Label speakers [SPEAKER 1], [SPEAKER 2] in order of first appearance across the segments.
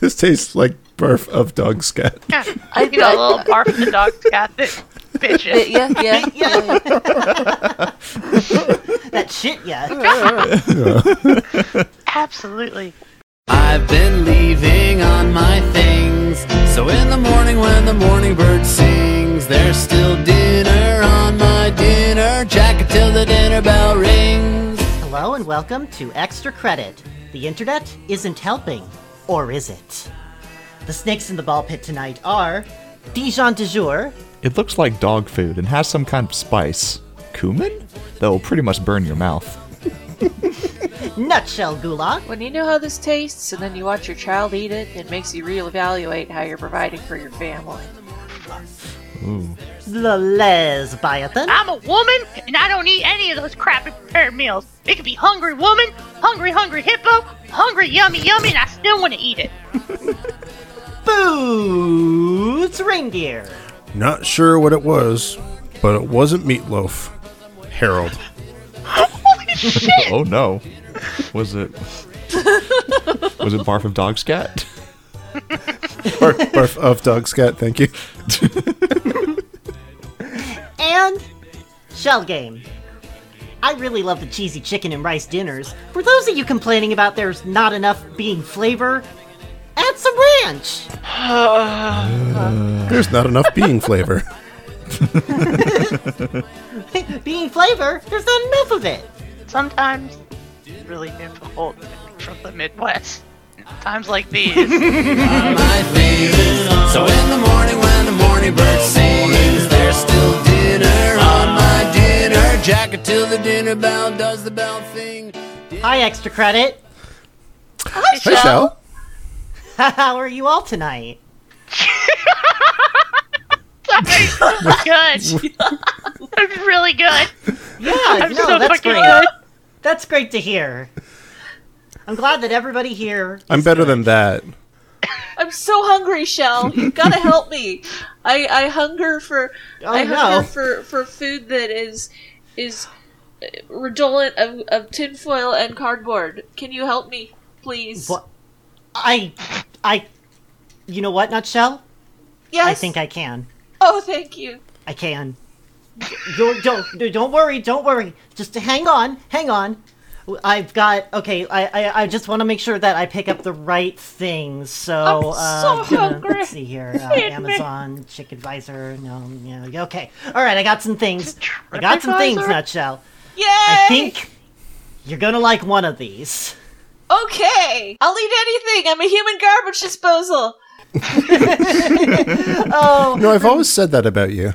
[SPEAKER 1] This tastes like barf of dog scat.
[SPEAKER 2] Yeah,
[SPEAKER 3] I-
[SPEAKER 2] you know,
[SPEAKER 3] I-
[SPEAKER 2] a little barf in the dog's got this bitches.
[SPEAKER 3] yeah, yeah, yeah.
[SPEAKER 4] that shit, yeah.
[SPEAKER 2] Absolutely.
[SPEAKER 5] I've been leaving on my things. So in the morning when the morning bird sings, there's still dinner on my dinner jacket till the dinner bell rings.
[SPEAKER 4] Hello and welcome to Extra Credit. The internet isn't helping, or is it? The snakes in the ball pit tonight are Dijon de Jour,
[SPEAKER 6] It looks like dog food and has some kind of spice. Cumin? That will pretty much burn your mouth.
[SPEAKER 4] Nutshell Gulag,
[SPEAKER 3] When you know how this tastes and then you watch your child eat it, it makes you reevaluate how you're providing for your family.
[SPEAKER 4] the Lesbiathan,
[SPEAKER 2] I'm a woman, and I don't eat any of those crappy prepared meals. It could be hungry woman, hungry, hungry hippo, hungry, yummy, yummy, and I still want to eat it.
[SPEAKER 4] Boots Reindeer.
[SPEAKER 1] Not sure what it was, but it wasn't meatloaf. Harold.
[SPEAKER 2] Holy shit!
[SPEAKER 6] Oh no. Was it Was it barf of dog scat?
[SPEAKER 1] barf, barf of dog scat, thank you.
[SPEAKER 4] and Shell Game. I really love the cheesy chicken and rice dinners. For those of you complaining about there's not enough being flavor, add some ranch.
[SPEAKER 1] There's not enough being flavor.
[SPEAKER 4] being flavor, there's not enough of it.
[SPEAKER 2] Sometimes it's really difficult from the Midwest. Times like these.
[SPEAKER 5] My things. So in the morning when the morning bird sings, there's still dinner on my dinner jacket till the dinner bell does the bell thing.
[SPEAKER 4] Hi, extra credit.
[SPEAKER 1] Hey, Shell.
[SPEAKER 4] How are you all tonight?
[SPEAKER 2] good. That's really good.
[SPEAKER 4] Yeah,
[SPEAKER 2] I'm
[SPEAKER 4] no,
[SPEAKER 2] so
[SPEAKER 4] that's
[SPEAKER 2] fucking
[SPEAKER 4] great.
[SPEAKER 2] good.
[SPEAKER 4] That's great to hear. I'm glad that everybody here.
[SPEAKER 1] I'm better than that.
[SPEAKER 3] I'm so hungry, Shell. You gotta help me. I I hunger for
[SPEAKER 4] Oh,
[SPEAKER 3] I
[SPEAKER 4] no.
[SPEAKER 3] hunger for for food that is is uh, redolent of of tinfoil and cardboard. Can you help me, please?
[SPEAKER 4] What? I, I, you know what, Nutshell?
[SPEAKER 3] Yes.
[SPEAKER 4] I think I can.
[SPEAKER 3] Oh, thank you.
[SPEAKER 4] I can. don't, don't don't worry, don't worry. Just hang on, hang on. I've got okay. I I, I just want to make sure that I pick up the right things. So,
[SPEAKER 3] I'm so
[SPEAKER 4] uh, gonna-
[SPEAKER 3] hungry.
[SPEAKER 4] let's see here. Uh, Amazon, Chick Advisor. No, yeah, okay. All right, I got some things. I got some things.
[SPEAKER 2] TripAdvisor?
[SPEAKER 4] Nutshell.
[SPEAKER 3] Yay!
[SPEAKER 4] I think you're gonna like one of these.
[SPEAKER 3] Okay. I'll eat anything. I'm a human garbage disposal.
[SPEAKER 4] Oh,
[SPEAKER 1] No, I've always said that about you.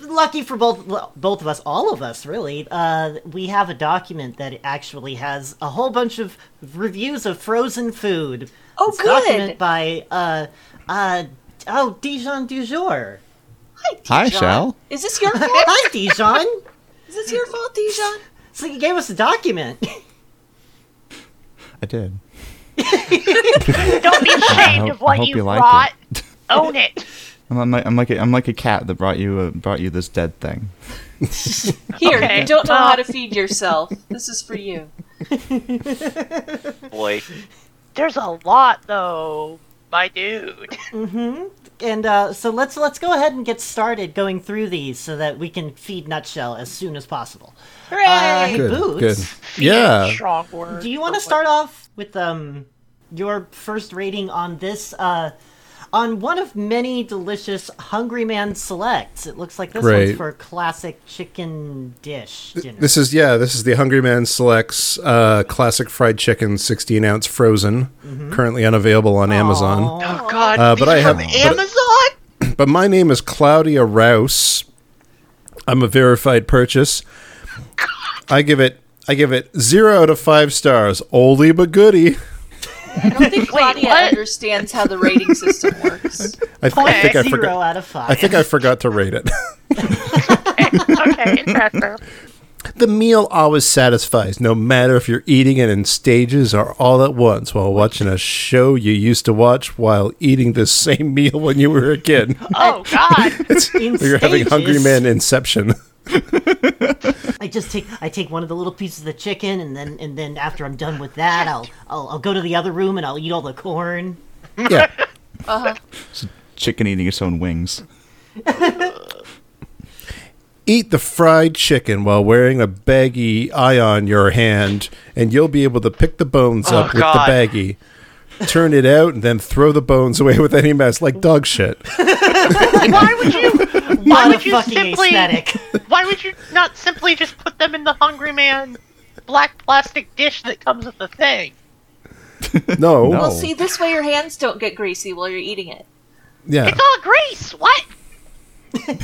[SPEAKER 4] lucky for both well, both of us, all of us, really. Uh, we have a document that actually has a whole bunch of reviews of frozen food.
[SPEAKER 3] Oh,
[SPEAKER 4] It's a document
[SPEAKER 3] good.
[SPEAKER 4] by uh, uh, oh Dijon du jour.
[SPEAKER 6] Hi,
[SPEAKER 3] Dijon.
[SPEAKER 6] Shell.
[SPEAKER 3] Is this your fault?
[SPEAKER 4] Hi, Dijon.
[SPEAKER 3] is this your fault, Dijon?
[SPEAKER 4] so you gave us a document.
[SPEAKER 6] I did.
[SPEAKER 2] Don't be ashamed
[SPEAKER 6] hope-
[SPEAKER 2] of what
[SPEAKER 6] I hope
[SPEAKER 2] you
[SPEAKER 6] you like
[SPEAKER 2] brought. Own it.
[SPEAKER 6] I'm, I'm like I'm like a, I'm like a cat that brought you a, brought you this dead thing.
[SPEAKER 3] Here,
[SPEAKER 2] Okay.
[SPEAKER 3] you don't know
[SPEAKER 2] Uh,
[SPEAKER 3] how to feed yourself. This is for you.
[SPEAKER 7] Boy,
[SPEAKER 2] There's a lot, though, my dude.
[SPEAKER 4] And uh, so let's let's go ahead and get started going through these so that we can feed Nutshell as soon as possible. Uh, hey,
[SPEAKER 3] Hooray!
[SPEAKER 4] Boots.
[SPEAKER 1] Good. Yeah.
[SPEAKER 2] Strong word.
[SPEAKER 4] Do you want to start off with um your first rating on this uh on one of many delicious Hungry Man selects? It looks like this
[SPEAKER 1] Great.
[SPEAKER 4] one's for classic chicken dish dinner.
[SPEAKER 1] This is yeah. This is the Hungry Man selects uh, classic fried chicken, sixteen ounce frozen, currently unavailable on Amazon.
[SPEAKER 2] Oh, God.
[SPEAKER 1] Uh, but I have
[SPEAKER 2] Amazon?
[SPEAKER 1] but, but my name is Claudia Rouse. I'm a verified purchase. I give it I give it zero out of five stars. Oldie but goodie.
[SPEAKER 3] I don't think
[SPEAKER 2] Wait,
[SPEAKER 3] Claudia
[SPEAKER 2] what?
[SPEAKER 3] understands how the rating system works.
[SPEAKER 1] I, th- I think I
[SPEAKER 4] Zero
[SPEAKER 1] forgot.
[SPEAKER 4] out of five.
[SPEAKER 1] I think I forgot to rate it.
[SPEAKER 2] okay, interesting.
[SPEAKER 1] The meal always satisfies, no matter if you're eating it in stages or all at once while watching a show you used to watch while eating the same meal when you were a kid.
[SPEAKER 2] Oh God!
[SPEAKER 1] It's-
[SPEAKER 4] In
[SPEAKER 1] you're having Hungry
[SPEAKER 4] stages.
[SPEAKER 1] Man Inception.
[SPEAKER 4] I just take I take one of the little pieces of the chicken, and then and then after I'm done with that, I'll I'll, I'll go to the other room and I'll eat all the corn.
[SPEAKER 1] Yeah.
[SPEAKER 6] Chicken eating its own wings.
[SPEAKER 1] Eat the fried chicken while wearing a baggy eye on your hand, and you'll be able to pick the bones up with
[SPEAKER 7] God.
[SPEAKER 1] the baggie. Turn it out and then throw the bones away with any mess, like dog shit.
[SPEAKER 2] Why would you? Why
[SPEAKER 4] What
[SPEAKER 2] would
[SPEAKER 4] a
[SPEAKER 2] you
[SPEAKER 4] fucking
[SPEAKER 2] simply?
[SPEAKER 4] aesthetic!
[SPEAKER 2] Why would you not simply just put them in the Hungry Man black plastic dish that comes with the thing?
[SPEAKER 1] No.
[SPEAKER 6] No.
[SPEAKER 3] Well, see, this way your hands don't get greasy while you're eating it.
[SPEAKER 1] Yeah.
[SPEAKER 2] It's all grease. What?
[SPEAKER 3] Yeah,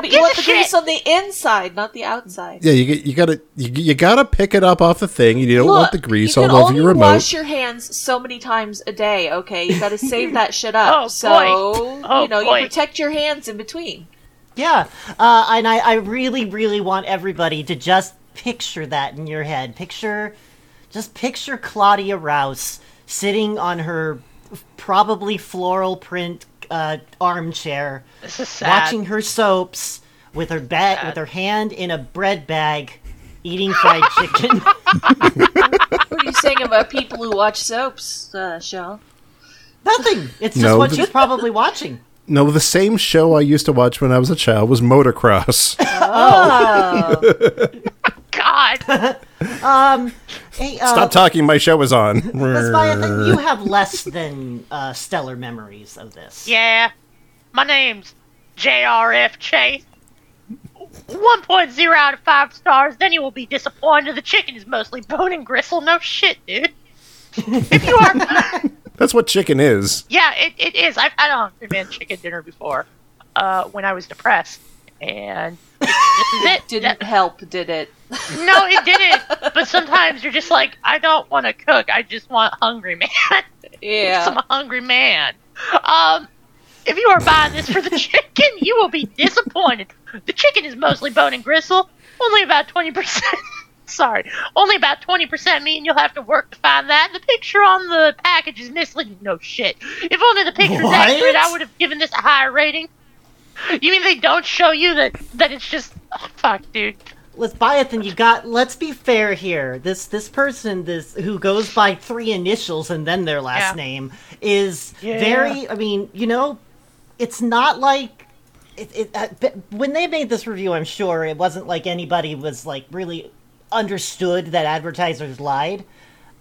[SPEAKER 3] but you
[SPEAKER 2] gives
[SPEAKER 3] want
[SPEAKER 2] a
[SPEAKER 3] the
[SPEAKER 2] shit?
[SPEAKER 3] grease on the inside, not the outside.
[SPEAKER 1] Yeah, you get you gotta you, you gotta pick it up off the thing. You don't want the grease
[SPEAKER 3] you
[SPEAKER 1] all
[SPEAKER 3] can
[SPEAKER 1] over
[SPEAKER 3] only
[SPEAKER 1] your remote.
[SPEAKER 3] wash your hands so many times a day. Okay, you got to save that shit up.
[SPEAKER 2] Oh,
[SPEAKER 3] so
[SPEAKER 2] boy. Oh,
[SPEAKER 3] you know
[SPEAKER 2] boy.
[SPEAKER 3] you protect your hands in between.
[SPEAKER 4] yeah, uh, and I I really really want everybody to just picture that in your head. Picture, just picture Claudia Rouse sitting on her probably floral print uh, armchair.
[SPEAKER 2] This is sad.
[SPEAKER 4] watching her soaps with her bat with her hand in a bread bag eating fried chicken
[SPEAKER 3] What are you saying about people who watch soaps, uh, Sean?
[SPEAKER 4] nothing it's just
[SPEAKER 1] No.
[SPEAKER 4] what she's probably watching
[SPEAKER 1] no, the same show I used to watch when I was a child was Motocross.
[SPEAKER 3] Oh.
[SPEAKER 2] God.
[SPEAKER 4] hey uh,
[SPEAKER 1] Stop talking, my show is on.
[SPEAKER 4] Vespaya, I think you have less than uh, stellar memories of this
[SPEAKER 2] Yeah. My name's JRF Chase. 1.0 out of 5 stars, then you will be disappointed. The chicken is mostly bone and gristle. No shit, dude. If you are.
[SPEAKER 1] That's what chicken is.
[SPEAKER 2] yeah, it, it is. I've had a Hungry Man chicken dinner before uh, when I was depressed. And this is it.
[SPEAKER 3] Didn't help, did it?
[SPEAKER 2] No, it didn't. But sometimes you're just like, I don't want to cook. I just want Hungry Man. I'm
[SPEAKER 3] Yeah.
[SPEAKER 2] a hungry man. Um, if you are buying this for the chicken, you will be disappointed. The chicken is mostly bone and gristle, only about 20%. Sorry, only about 20% meat, and you'll have to work to find that. The picture on the package is misleading. No shit. If only the picture's
[SPEAKER 4] What?
[SPEAKER 2] accurate, I would have given this a higher rating. You mean they don't show you that that it's just oh, fuck, dude.
[SPEAKER 4] Leviathan, you got. Let's be fair here. This this person, this who goes by three initials and then their last
[SPEAKER 2] Yeah.
[SPEAKER 4] name, is
[SPEAKER 2] Yeah.
[SPEAKER 4] very. I mean, you know, it's not like it, it, uh, b- when they made this review. I'm sure it wasn't like anybody was like really understood that advertisers lied.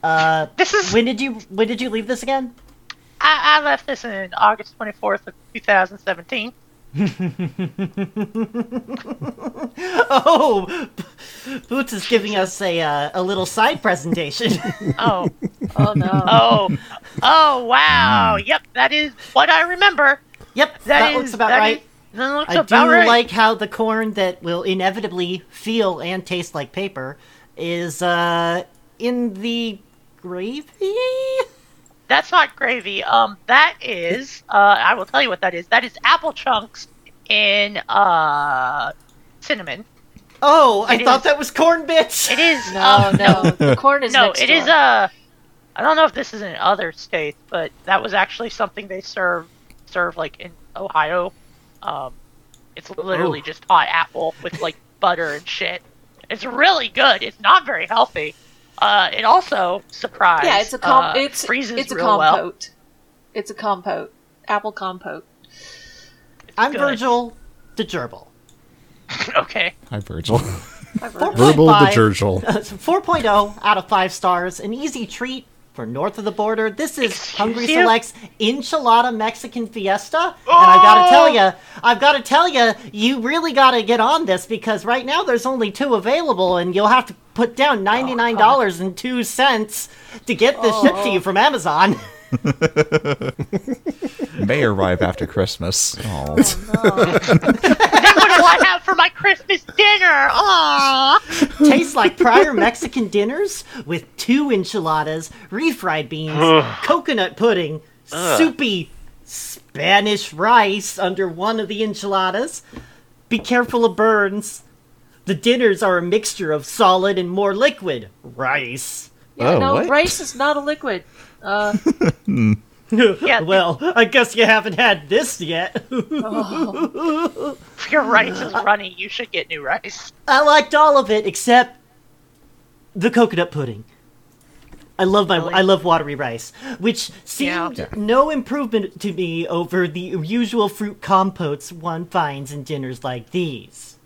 [SPEAKER 4] Uh,
[SPEAKER 2] This is
[SPEAKER 4] when did you when did you leave this again?
[SPEAKER 2] I, I left this in August 24th of 2017.
[SPEAKER 4] Oh, Boots is giving us a uh, a little side presentation.
[SPEAKER 2] Oh.
[SPEAKER 3] Oh no.
[SPEAKER 2] Oh, oh wow! Yep, that is what I remember.
[SPEAKER 4] yep, Hmm. that,
[SPEAKER 2] That is
[SPEAKER 4] looks about
[SPEAKER 2] that
[SPEAKER 4] right.
[SPEAKER 2] is- that looks
[SPEAKER 4] I do
[SPEAKER 2] about right.
[SPEAKER 4] like how the corn that will inevitably feel and taste like paper is uh, in the gravy.
[SPEAKER 2] That's not gravy. Um, that is. Uh, I will tell you what that is. That is apple chunks in uh cinnamon.
[SPEAKER 4] Oh, I
[SPEAKER 2] It
[SPEAKER 4] thought
[SPEAKER 2] is.
[SPEAKER 4] that was corn bits.
[SPEAKER 2] It is.
[SPEAKER 3] No,
[SPEAKER 2] um,
[SPEAKER 3] Oh, no. The corn is
[SPEAKER 2] no,
[SPEAKER 3] next
[SPEAKER 2] it is
[SPEAKER 3] door.
[SPEAKER 2] uh, I don't know if this is in other states, but that was actually something they serve serve like in Ohio. Um, it's literally
[SPEAKER 3] Oh.
[SPEAKER 2] just hot apple with like butter and shit. It's really good. It's not very healthy. Uh, it also surprise.
[SPEAKER 3] yeah. It's a com-
[SPEAKER 2] uh,
[SPEAKER 3] it's
[SPEAKER 2] freezes
[SPEAKER 3] it's a
[SPEAKER 2] real well.
[SPEAKER 3] compote. It's a compote. Apple compote.
[SPEAKER 4] I'm
[SPEAKER 2] good.
[SPEAKER 4] Virgil the gerbil.
[SPEAKER 2] Okay.
[SPEAKER 6] Hi, Virgil.
[SPEAKER 3] I've heard of it.
[SPEAKER 1] Verbal
[SPEAKER 4] 4.5.
[SPEAKER 1] degergil.
[SPEAKER 4] 4.0 out of 5 stars. An easy treat for north of the border. This is Hungry
[SPEAKER 2] you?
[SPEAKER 4] Select's Enchilada Mexican Fiesta. And I gotta tell you, I've gotta tell you, you really gotta get on this because right now there's only two available and you'll have to put down $99.02 to get this shipped to you from Amazon.
[SPEAKER 6] May arrive after Christmas. Oh,
[SPEAKER 2] That's what do I have for my Christmas dinner? Aww.
[SPEAKER 4] Tastes like prior Mexican dinners with two enchiladas, refried beans, coconut pudding, soupy Spanish rice under one of the enchiladas. Be careful of burns. The dinners are a mixture of solid and more liquid rice.
[SPEAKER 3] Yeah,
[SPEAKER 1] Oh,
[SPEAKER 3] no,
[SPEAKER 1] what?
[SPEAKER 3] rice is not a liquid. Uh,
[SPEAKER 2] Yeah.
[SPEAKER 4] Well, I guess you haven't had this yet.
[SPEAKER 2] If your rice is runny, you should get new rice.
[SPEAKER 4] I liked all of it except the coconut pudding. I love my I love watery rice, which seemed
[SPEAKER 2] Yeah.
[SPEAKER 4] no improvement to me over the usual fruit compotes one finds in dinners like these.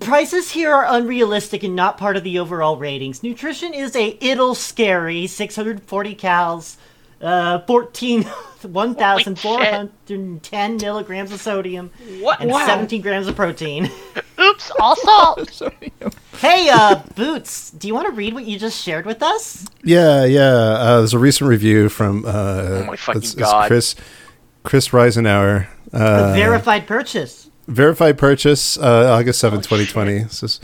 [SPEAKER 4] Prices here are unrealistic and not part of the overall ratings. Nutrition is a ittle scary 640 cals, uh 14 1410 milligrams of sodium
[SPEAKER 2] What?
[SPEAKER 4] and
[SPEAKER 2] wow.
[SPEAKER 4] 17 grams of protein.
[SPEAKER 2] Oops, all salt.
[SPEAKER 4] Hey, uh, Boots, do you want to read what you just shared with us?
[SPEAKER 1] Yeah, yeah. Uh, there's a recent review from uh, oh
[SPEAKER 2] my fucking God.
[SPEAKER 1] Chris Chris Reisenauer.
[SPEAKER 4] A
[SPEAKER 1] Uh,
[SPEAKER 4] verified purchase.
[SPEAKER 1] verified purchase uh, August 7,
[SPEAKER 2] Oh,
[SPEAKER 1] 2020. It says,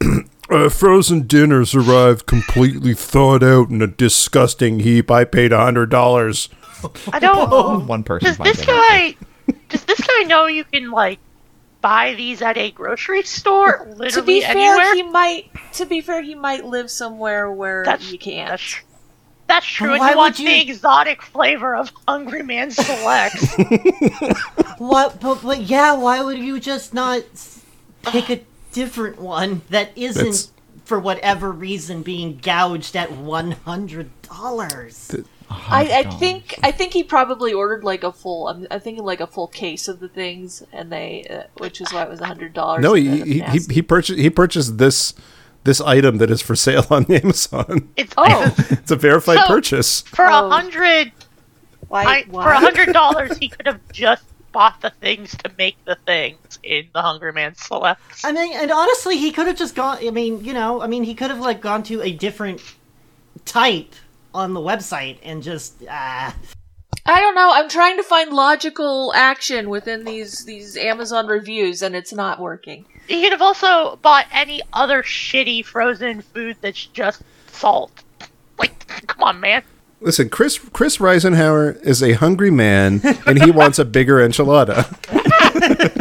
[SPEAKER 1] uh, frozen dinners arrived completely thawed out in a disgusting heap. I paid $100.
[SPEAKER 2] I don't.
[SPEAKER 6] One person.
[SPEAKER 2] Does this guy? Does this guy know you can like buy these at a grocery store? Literally
[SPEAKER 3] to be fair,
[SPEAKER 2] anywhere.
[SPEAKER 3] he might. To be fair, he might live somewhere where
[SPEAKER 2] That's-
[SPEAKER 3] you can't.
[SPEAKER 2] that's true. That's true. And
[SPEAKER 4] why
[SPEAKER 2] you want
[SPEAKER 4] would
[SPEAKER 2] the
[SPEAKER 4] you-
[SPEAKER 2] exotic flavor of Hungry Man Selects.
[SPEAKER 4] What? But, but yeah, why would you just not s- pick a different one that isn't,
[SPEAKER 1] That's-
[SPEAKER 4] for whatever reason, being gouged at one hundred dollars?
[SPEAKER 3] I, I think I think he probably ordered like a full. I'm, I'm thinking like a full case of the things, and they, uh, which is why it was a hundred dollars.
[SPEAKER 1] No, he, he, he, he purchased he purchased this this item that is for sale on Amazon.
[SPEAKER 2] It's
[SPEAKER 3] Oh,
[SPEAKER 1] It's a verified
[SPEAKER 2] So-
[SPEAKER 1] purchase.
[SPEAKER 2] for a
[SPEAKER 3] Oh.
[SPEAKER 2] hundred.
[SPEAKER 3] why?
[SPEAKER 2] I, for a hundred dollars, he could have just bought the things to make the things in the Hungry Man Selects.
[SPEAKER 4] I mean, and honestly, he could have just gone. I mean, you know, I mean, he could have like gone to a different type on the website and just ah.
[SPEAKER 3] I don't know. I'm trying to find logical action within these these Amazon reviews, and it's not working.
[SPEAKER 2] He could have also bought any other shitty frozen food that's just salt. Like, come on, man.
[SPEAKER 1] Listen, Chris Chris Reisenhower is a hungry man and he wants a bigger enchilada.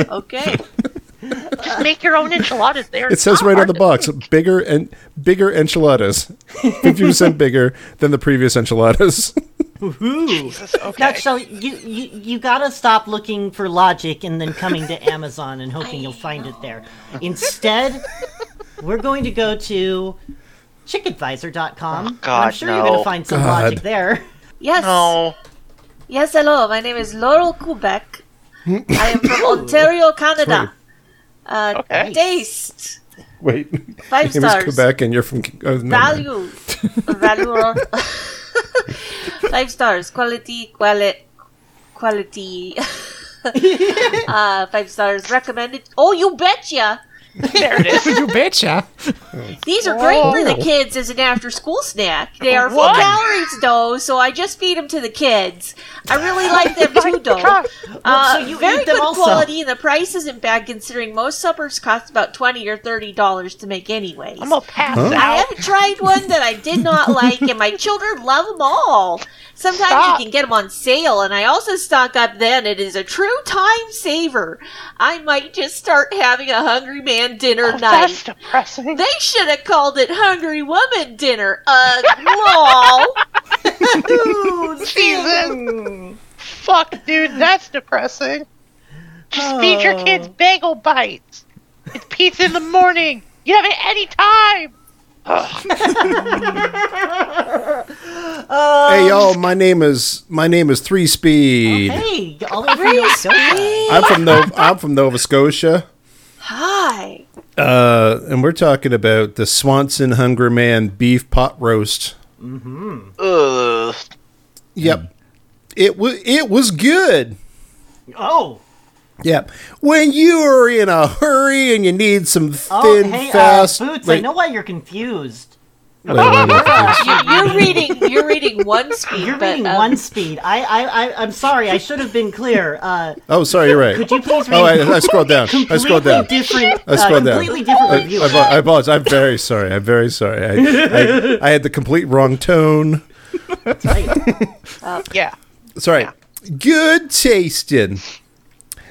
[SPEAKER 3] Okay,
[SPEAKER 2] Just make your own enchiladas there.
[SPEAKER 1] It says
[SPEAKER 2] Not
[SPEAKER 1] right on
[SPEAKER 2] hard
[SPEAKER 1] the
[SPEAKER 2] to-
[SPEAKER 1] box, bigger and bigger enchiladas. 50% bigger than the previous enchiladas.
[SPEAKER 4] Ooh. Now, Shelly, you, you, you gotta stop looking for logic and then coming to Amazon and hoping you'll find it there. Instead, we're going to go to chickadvisor.com. and I'm
[SPEAKER 2] God,
[SPEAKER 4] sure you're gonna
[SPEAKER 2] no.
[SPEAKER 4] find some
[SPEAKER 1] God.
[SPEAKER 4] logic there.
[SPEAKER 3] Yes.
[SPEAKER 2] No.
[SPEAKER 3] Yes, hello. My name is Laurel Quebec. I am from Ontario, Canada. Uh,
[SPEAKER 2] Okay.
[SPEAKER 3] Taste.
[SPEAKER 1] Wait.
[SPEAKER 3] Five
[SPEAKER 1] Your name is
[SPEAKER 3] stars.
[SPEAKER 1] Quebec and you're from oh, never mind.
[SPEAKER 3] Value. Value. Five stars. Quality. Quali- quality. uh, five stars. Recommended. Oh, you betcha.
[SPEAKER 2] There it is.
[SPEAKER 6] you betcha.
[SPEAKER 3] These are great for the kids as an after school snack. They are
[SPEAKER 2] What?
[SPEAKER 3] full calories, though, so I just feed them to the kids. I really like them too, though. Uh,
[SPEAKER 4] so you
[SPEAKER 3] very
[SPEAKER 4] eat them
[SPEAKER 3] good
[SPEAKER 4] also.
[SPEAKER 3] quality, and the price isn't bad considering most suppers cost about twenty or thirty dollars to make, anyways.
[SPEAKER 2] I'm gonna pass
[SPEAKER 3] I
[SPEAKER 2] out.
[SPEAKER 3] haven't tried one that I did not like, and my children love them all. Sometimes
[SPEAKER 2] Stop.
[SPEAKER 3] you can get them on sale, and I also stock up then. It is a true time saver. I might just start having a Hungry Man dinner night.
[SPEAKER 2] That's depressing.
[SPEAKER 3] They should have called it Hungry Woman Dinner. Uh, lol.
[SPEAKER 2] Jesus. Fuck, dude, that's depressing. Just feed your kids bagel bites. It's pizza in the morning. You have it any time.
[SPEAKER 1] Hey y'all, my name is my name is Three Speed.
[SPEAKER 4] Hey, all the way from Nova Scotia.
[SPEAKER 1] I'm from Nova, I'm from Nova Scotia,
[SPEAKER 3] Hi.
[SPEAKER 1] uh, and we're talking about the Swanson Hunger Man beef pot roast.
[SPEAKER 2] Ugh.
[SPEAKER 1] Yep, it was it was good.
[SPEAKER 4] Oh,
[SPEAKER 1] Yep, when you are in a hurry and you need some thin,
[SPEAKER 4] oh, hey,
[SPEAKER 1] fast.
[SPEAKER 4] uh, Boots, I
[SPEAKER 1] wait,
[SPEAKER 4] know why you're confused.
[SPEAKER 1] wait, wait, wait, wait.
[SPEAKER 3] You- You're reading. You're reading one speed.
[SPEAKER 4] You're
[SPEAKER 3] but,
[SPEAKER 4] reading
[SPEAKER 3] um,
[SPEAKER 4] one speed. I, I, I, I'm sorry, I should have been clear. Uh,
[SPEAKER 1] Oh, sorry, you're right.
[SPEAKER 4] could you please read
[SPEAKER 1] Oh, I, I scrolled down. I scrolled
[SPEAKER 4] completely
[SPEAKER 1] down.
[SPEAKER 4] different,
[SPEAKER 1] I
[SPEAKER 4] uh,
[SPEAKER 1] scrolled down.
[SPEAKER 4] completely different
[SPEAKER 1] I,
[SPEAKER 4] review?
[SPEAKER 1] I, apo- I apologize. I'm very sorry. I'm very sorry. I, I, I had the complete wrong tone.
[SPEAKER 2] Yeah.
[SPEAKER 4] Uh,
[SPEAKER 1] Sorry. Good tasting.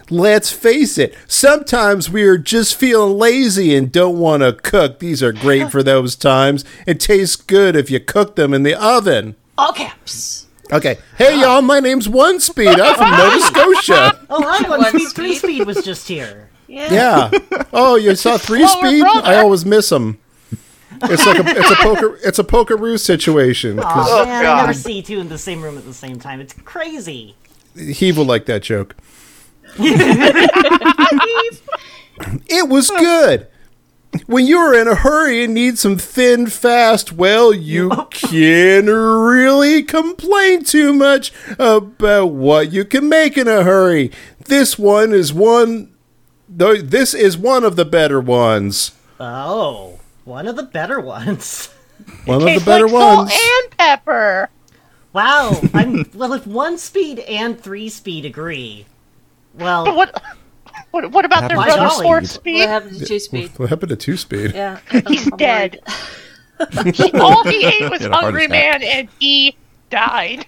[SPEAKER 1] Let's face it, sometimes we are just feeling lazy and don't want to cook. These are great for those times. It tastes good if you cook them in the oven.
[SPEAKER 3] All caps.
[SPEAKER 1] Okay. Hey, y'all, my name's One Speed. I'm from Nova Scotia.
[SPEAKER 4] Oh, I'm
[SPEAKER 3] One
[SPEAKER 4] one speed. Three
[SPEAKER 3] speed.
[SPEAKER 4] speed was just here.
[SPEAKER 3] Yeah.
[SPEAKER 1] Yeah. Oh, you saw Three
[SPEAKER 2] Oh, we're
[SPEAKER 1] Speed?
[SPEAKER 2] brother.
[SPEAKER 1] I always miss them. It's like a it's a poker it's a pokeroo situation. 'cause
[SPEAKER 4] Oh, man, I
[SPEAKER 7] God.
[SPEAKER 4] never see two in the same room at the same time. It's crazy.
[SPEAKER 1] He will like that joke. It was good. When you are in a hurry and need some thin fast, well, you can really complain too much about what you can make in a hurry. This one is one. no, This is one of the better ones.
[SPEAKER 4] Oh, one of the better ones.
[SPEAKER 1] One of the
[SPEAKER 2] Tastes
[SPEAKER 1] better
[SPEAKER 2] like salt
[SPEAKER 1] ones.
[SPEAKER 2] and pepper.
[SPEAKER 4] Wow. I'm well. If one speed and three speed agree,
[SPEAKER 2] But
[SPEAKER 4] well,
[SPEAKER 2] what? What, what about their
[SPEAKER 4] Why
[SPEAKER 2] brother
[SPEAKER 4] golly.
[SPEAKER 2] Fourth
[SPEAKER 3] What
[SPEAKER 2] Speed?
[SPEAKER 3] happened to two speed?
[SPEAKER 1] What happened to two speed?
[SPEAKER 3] Yeah.
[SPEAKER 2] He's
[SPEAKER 3] I'm worried.
[SPEAKER 2] dead. He- all he ate was
[SPEAKER 6] Had a heart
[SPEAKER 2] Hungry Man,
[SPEAKER 6] attack.
[SPEAKER 2] and he died.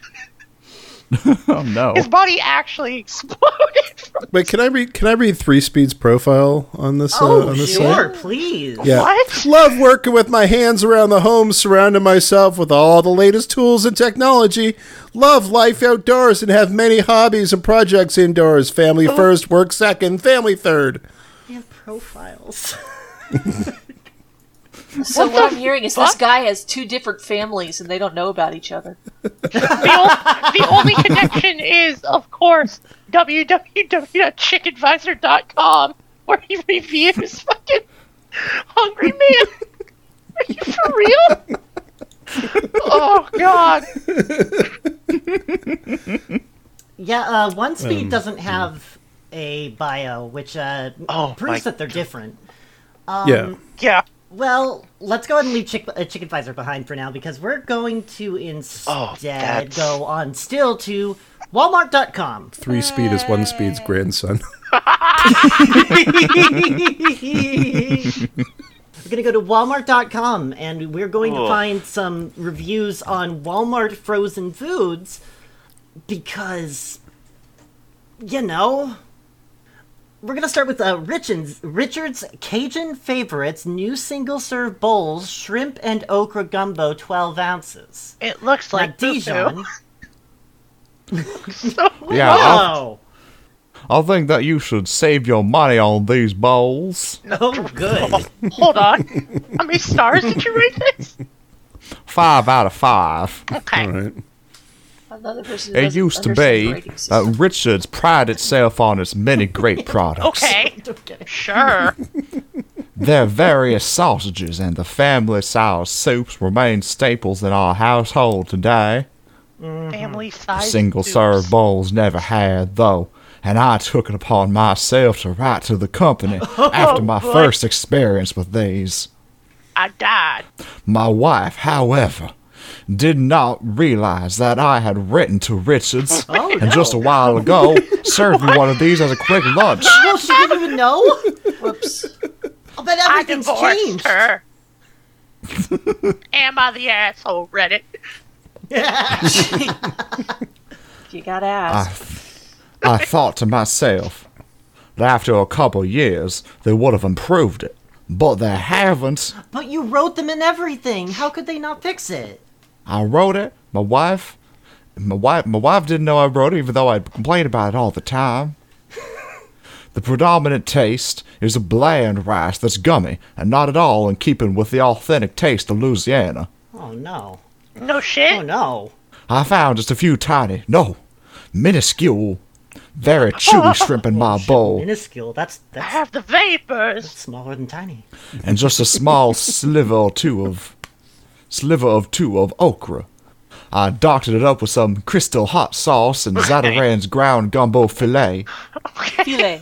[SPEAKER 6] Oh no.
[SPEAKER 2] His body actually exploded. From
[SPEAKER 1] Wait, can I read? Can I read three speed's profile on this? uh,
[SPEAKER 4] oh
[SPEAKER 1] on this site?
[SPEAKER 4] sure, please.
[SPEAKER 1] Yeah.
[SPEAKER 2] What?
[SPEAKER 1] Love working with my hands around the home, surrounding myself with all the latest tools and technology. Love life outdoors and have many hobbies and projects indoors. Family
[SPEAKER 2] Oh.
[SPEAKER 1] first, work second, family third.
[SPEAKER 4] They have profiles.
[SPEAKER 3] So what,
[SPEAKER 2] the
[SPEAKER 3] I'm hearing is this
[SPEAKER 2] fuck?
[SPEAKER 3] guy has two different families and they don't know about each other.
[SPEAKER 2] the, ol- the only connection is, of course, www.chickadvisor.com, where he reviews fucking Hungry Man. Are you for real? Oh, God.
[SPEAKER 4] Yeah, uh, One Speed doesn't have a bio, which uh,
[SPEAKER 7] Oh,
[SPEAKER 4] proves
[SPEAKER 7] my
[SPEAKER 4] that they're different.
[SPEAKER 1] yeah.
[SPEAKER 2] Yeah.
[SPEAKER 4] Well, let's go ahead and leave Chick, uh, Chick Advisor behind for now because we're going to instead
[SPEAKER 7] that's-
[SPEAKER 4] go on still to Walmart.com.
[SPEAKER 1] Three speed is one
[SPEAKER 2] Um,
[SPEAKER 1] speed's grandson.
[SPEAKER 4] We're going to go to Walmart.com and we're going to
[SPEAKER 7] Ugh.
[SPEAKER 4] find some reviews on Walmart frozen foods because, you know, we're going to start with uh, Richard's, Richard's Cajun Favorites new single serve bowls, shrimp and okra gumbo, 12 ounces.
[SPEAKER 2] It looks
[SPEAKER 4] Like
[SPEAKER 2] like
[SPEAKER 4] Dijon.
[SPEAKER 6] yeah. I'll,
[SPEAKER 4] Oh,
[SPEAKER 6] I think that you should save your money on these bowls.
[SPEAKER 4] oh, good.
[SPEAKER 2] Hold on. How many stars did you rate this?
[SPEAKER 6] Five out of five.
[SPEAKER 2] Okay.
[SPEAKER 1] all right.
[SPEAKER 3] Another person. who
[SPEAKER 6] It
[SPEAKER 3] doesn't
[SPEAKER 6] used to
[SPEAKER 3] understand the
[SPEAKER 6] be uh,
[SPEAKER 3] rating system.
[SPEAKER 6] that Richards pride itself on its many great products.
[SPEAKER 2] Okay. Sure.
[SPEAKER 6] Their various sausages and the family style soups remain staples in our household today.
[SPEAKER 2] Family size.
[SPEAKER 6] Single
[SPEAKER 2] soups.
[SPEAKER 6] serve bowls never had, though, and I took it upon myself to write to the company after my first experience with these.
[SPEAKER 2] I died.
[SPEAKER 6] My wife, however, did not realize that I had written to Richards
[SPEAKER 4] Oh,
[SPEAKER 6] and just a while ago served me one of these as a quick lunch.
[SPEAKER 4] Well, she didn't even know. Oh,
[SPEAKER 3] Whoops.
[SPEAKER 4] But
[SPEAKER 2] I
[SPEAKER 4] everything's
[SPEAKER 2] divorced
[SPEAKER 4] changed.
[SPEAKER 2] her. Am I the asshole, Reddit?
[SPEAKER 3] You gotta ask.
[SPEAKER 6] I, I thought to myself that after a couple years they would have improved it, but they haven't.
[SPEAKER 4] But you wrote them in everything. How could they not fix it?
[SPEAKER 6] I wrote it. My wife, my wife, my wife didn't know I wrote it, even though I complained about it all the time. the predominant taste is a bland rice that's gummy and not at all in keeping with the authentic taste of Louisiana.
[SPEAKER 4] Oh no.
[SPEAKER 2] No shit.
[SPEAKER 4] Oh no.
[SPEAKER 6] I found just a few tiny, no, minuscule, very chewy shrimp in my bowl.
[SPEAKER 4] Minuscule. That's
[SPEAKER 2] I
[SPEAKER 4] that's
[SPEAKER 2] have the vapors.
[SPEAKER 4] smaller than tiny.
[SPEAKER 6] and just a small sliver or two of sliver of two of okra. I doctored it up with some crystal hot sauce and Zataran's ground gumbo filet,
[SPEAKER 3] Filet.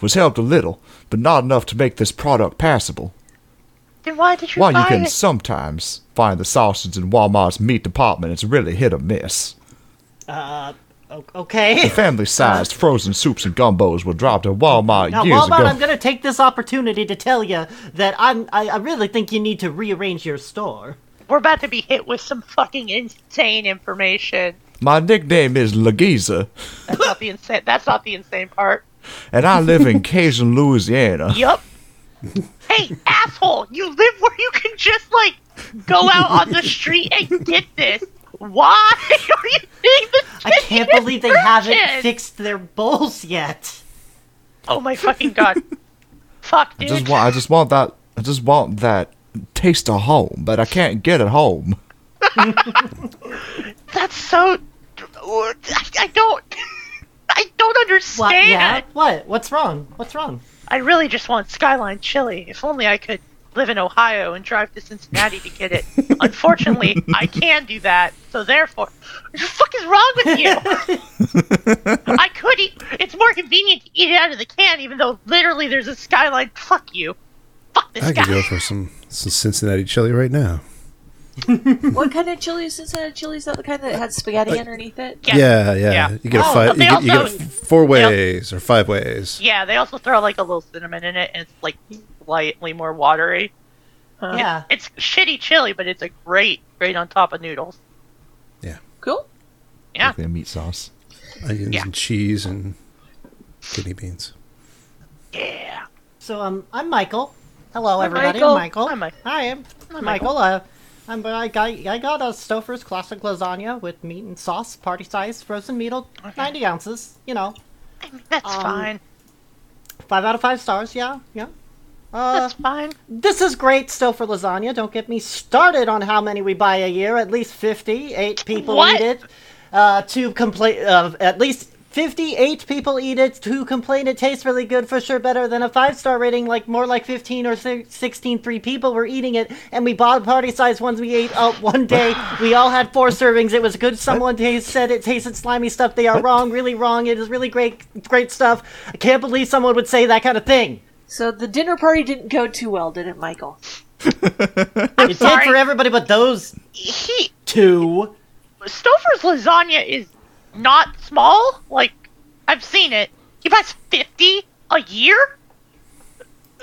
[SPEAKER 6] was helped a little, but not enough to make this product passable.
[SPEAKER 2] Then why did you
[SPEAKER 6] While you
[SPEAKER 2] buy
[SPEAKER 6] can
[SPEAKER 2] it?
[SPEAKER 6] sometimes find the sausage in Walmart's meat department, it's really hit or miss.
[SPEAKER 4] O- okay.
[SPEAKER 6] Family-sized frozen soups and gumbos were dropped at Walmart
[SPEAKER 4] Now,
[SPEAKER 6] years
[SPEAKER 4] Walmart,
[SPEAKER 6] ago.
[SPEAKER 4] I'm gonna take this opportunity to tell you that I'm. I, I really think you need to rearrange your store.
[SPEAKER 2] We're about to be hit with some fucking insane information.
[SPEAKER 6] My nickname is Lagiza,
[SPEAKER 2] That's not the insane. That's not the insane part.
[SPEAKER 6] and I live in Cajun, Louisiana.
[SPEAKER 2] Yup. hey, asshole! You live where you can just like go out on the street and get this. Why are you doing this?
[SPEAKER 4] I can't believe they haven't fixed their bowls yet.
[SPEAKER 2] Oh my fucking god! Fuck,
[SPEAKER 6] I
[SPEAKER 2] dude.
[SPEAKER 6] just want, I just want that, I just want that taste of home, but I can't get it home.
[SPEAKER 2] That's so. I, I don't. I don't
[SPEAKER 4] What?
[SPEAKER 2] understand.
[SPEAKER 4] Yeah. What? What's wrong? What's wrong?
[SPEAKER 2] I really just want Skyline Chili. If only I could live in Ohio and drive to Cincinnati to get it. Unfortunately, I can do that. So therefore, what the fuck is wrong with you? I could eat. It's more convenient to eat it out of the can, even though literally there's a Skyline. Fuck you. Fuck this
[SPEAKER 1] I
[SPEAKER 2] guy.
[SPEAKER 1] could go for some, some Cincinnati chili right now.
[SPEAKER 3] What kind of chili is Cincinnati chili? Is that the kind that had spaghetti underneath it?
[SPEAKER 2] Yeah.
[SPEAKER 1] Yeah, yeah.
[SPEAKER 2] Yeah.
[SPEAKER 1] You get a
[SPEAKER 2] Oh,
[SPEAKER 1] five.
[SPEAKER 2] but they
[SPEAKER 1] You get, you
[SPEAKER 2] also-
[SPEAKER 1] get a f- four
[SPEAKER 2] they al-
[SPEAKER 1] ways or five ways.
[SPEAKER 2] Yeah, they also throw like a little cinnamon in it, and it's like slightly more watery. Uh,
[SPEAKER 4] Yeah.
[SPEAKER 2] it's shitty chili, but it's a great, great on top of noodles.
[SPEAKER 3] Cool.
[SPEAKER 2] Yeah.
[SPEAKER 6] Like the meat sauce.
[SPEAKER 1] Onions
[SPEAKER 2] Yeah.
[SPEAKER 1] and cheese and kidney beans.
[SPEAKER 2] Yeah.
[SPEAKER 4] So um, I'm Michael. Hello, everybody.
[SPEAKER 3] Michael.
[SPEAKER 4] I'm Michael.
[SPEAKER 2] Hi, Mike.
[SPEAKER 4] Hi, I'm
[SPEAKER 2] Michael.
[SPEAKER 4] Michael. Uh, I'm, I got I got a Stouffer's classic lasagna with meat and sauce, party size, frozen meal, ninety ounces. You know,
[SPEAKER 2] I mean, that's
[SPEAKER 4] Um,
[SPEAKER 2] fine.
[SPEAKER 4] five out of five stars. Yeah, yeah. Uh,
[SPEAKER 2] That's fine.
[SPEAKER 4] this is great Stouffer lasagna. Don't get me started on how many we buy a year. At least fifty. Eight people
[SPEAKER 2] What?
[SPEAKER 4] eat it. Uh, two complain. Uh, at least. 58 people eat it, two complain it tastes really good, for sure better than a five star rating, like more like 15 or si- 16 three people were eating it, and we bought party size ones we ate out one day. We all had four servings, it was good. Someone taste, said it tasted slimy stuff, they are wrong, really wrong, it is really great, great stuff. I can't believe someone would say that kind of thing.
[SPEAKER 3] So the dinner party didn't go too well, did it, Michael?
[SPEAKER 4] it
[SPEAKER 2] sorry.
[SPEAKER 4] did for everybody but those
[SPEAKER 2] He Uh-huh.
[SPEAKER 4] two.
[SPEAKER 2] Stouffer's lasagna is not small. Like I've seen it. He buys fifty a year.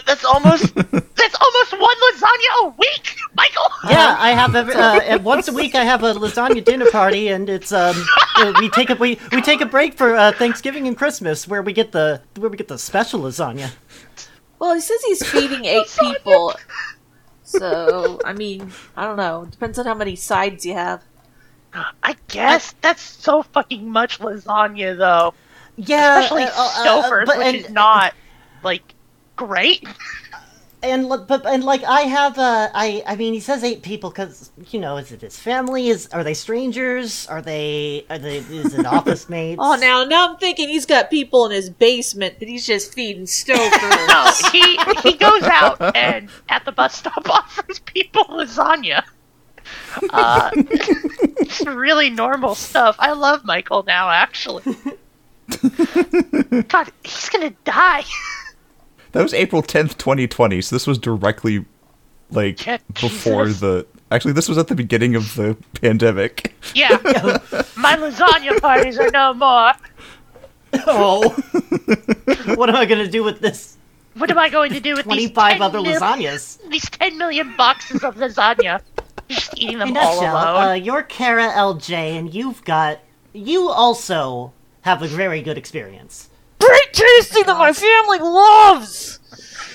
[SPEAKER 2] That's almost that's almost one lasagna a week, Michael.
[SPEAKER 4] Yeah, I have every, uh, and once a week. I have a lasagna dinner party, and it's um uh, we take a we, we take a break for uh, Thanksgiving and Christmas, where we get the where we get the special lasagna.
[SPEAKER 3] Well, he says he's feeding eight people. So, I mean, I don't know. Depends on how many sides you have.
[SPEAKER 2] I guess that's so fucking much lasagna though,
[SPEAKER 4] Yeah,
[SPEAKER 2] especially
[SPEAKER 4] uh, uh, uh,
[SPEAKER 2] Stouffer's,
[SPEAKER 4] but-
[SPEAKER 2] which
[SPEAKER 4] and-
[SPEAKER 2] is not like great.
[SPEAKER 4] and li- but and like I have uh I I mean he says eight people because you know is it his family is are they strangers are they are they is it office mates
[SPEAKER 3] Oh, now now I'm thinking he's got people in his basement that he's just feeding Stoker.
[SPEAKER 2] No, he he goes out and at the bus stop offers people lasagna. Uh, it's really normal stuff. I love Michael now, actually. God, he's gonna die.
[SPEAKER 6] That was April 10th, 2020. So this was directly like
[SPEAKER 2] Yeah,
[SPEAKER 6] before
[SPEAKER 2] Jesus.
[SPEAKER 6] the actually this was at the beginning of the pandemic.
[SPEAKER 2] Yeah, my lasagna parties are no more.
[SPEAKER 4] oh what am I gonna do with this
[SPEAKER 2] What am I going to do with
[SPEAKER 4] twenty
[SPEAKER 2] these
[SPEAKER 4] five
[SPEAKER 2] 10
[SPEAKER 4] other
[SPEAKER 2] mil-
[SPEAKER 4] lasagnas?
[SPEAKER 2] These ten million boxes of lasagna. Just eating them
[SPEAKER 4] In a
[SPEAKER 2] all
[SPEAKER 4] nutshell, uh,
[SPEAKER 2] alone.
[SPEAKER 4] you're Kara LJ, and you've got you also have a very good experience.
[SPEAKER 3] Great tasting that my family loves.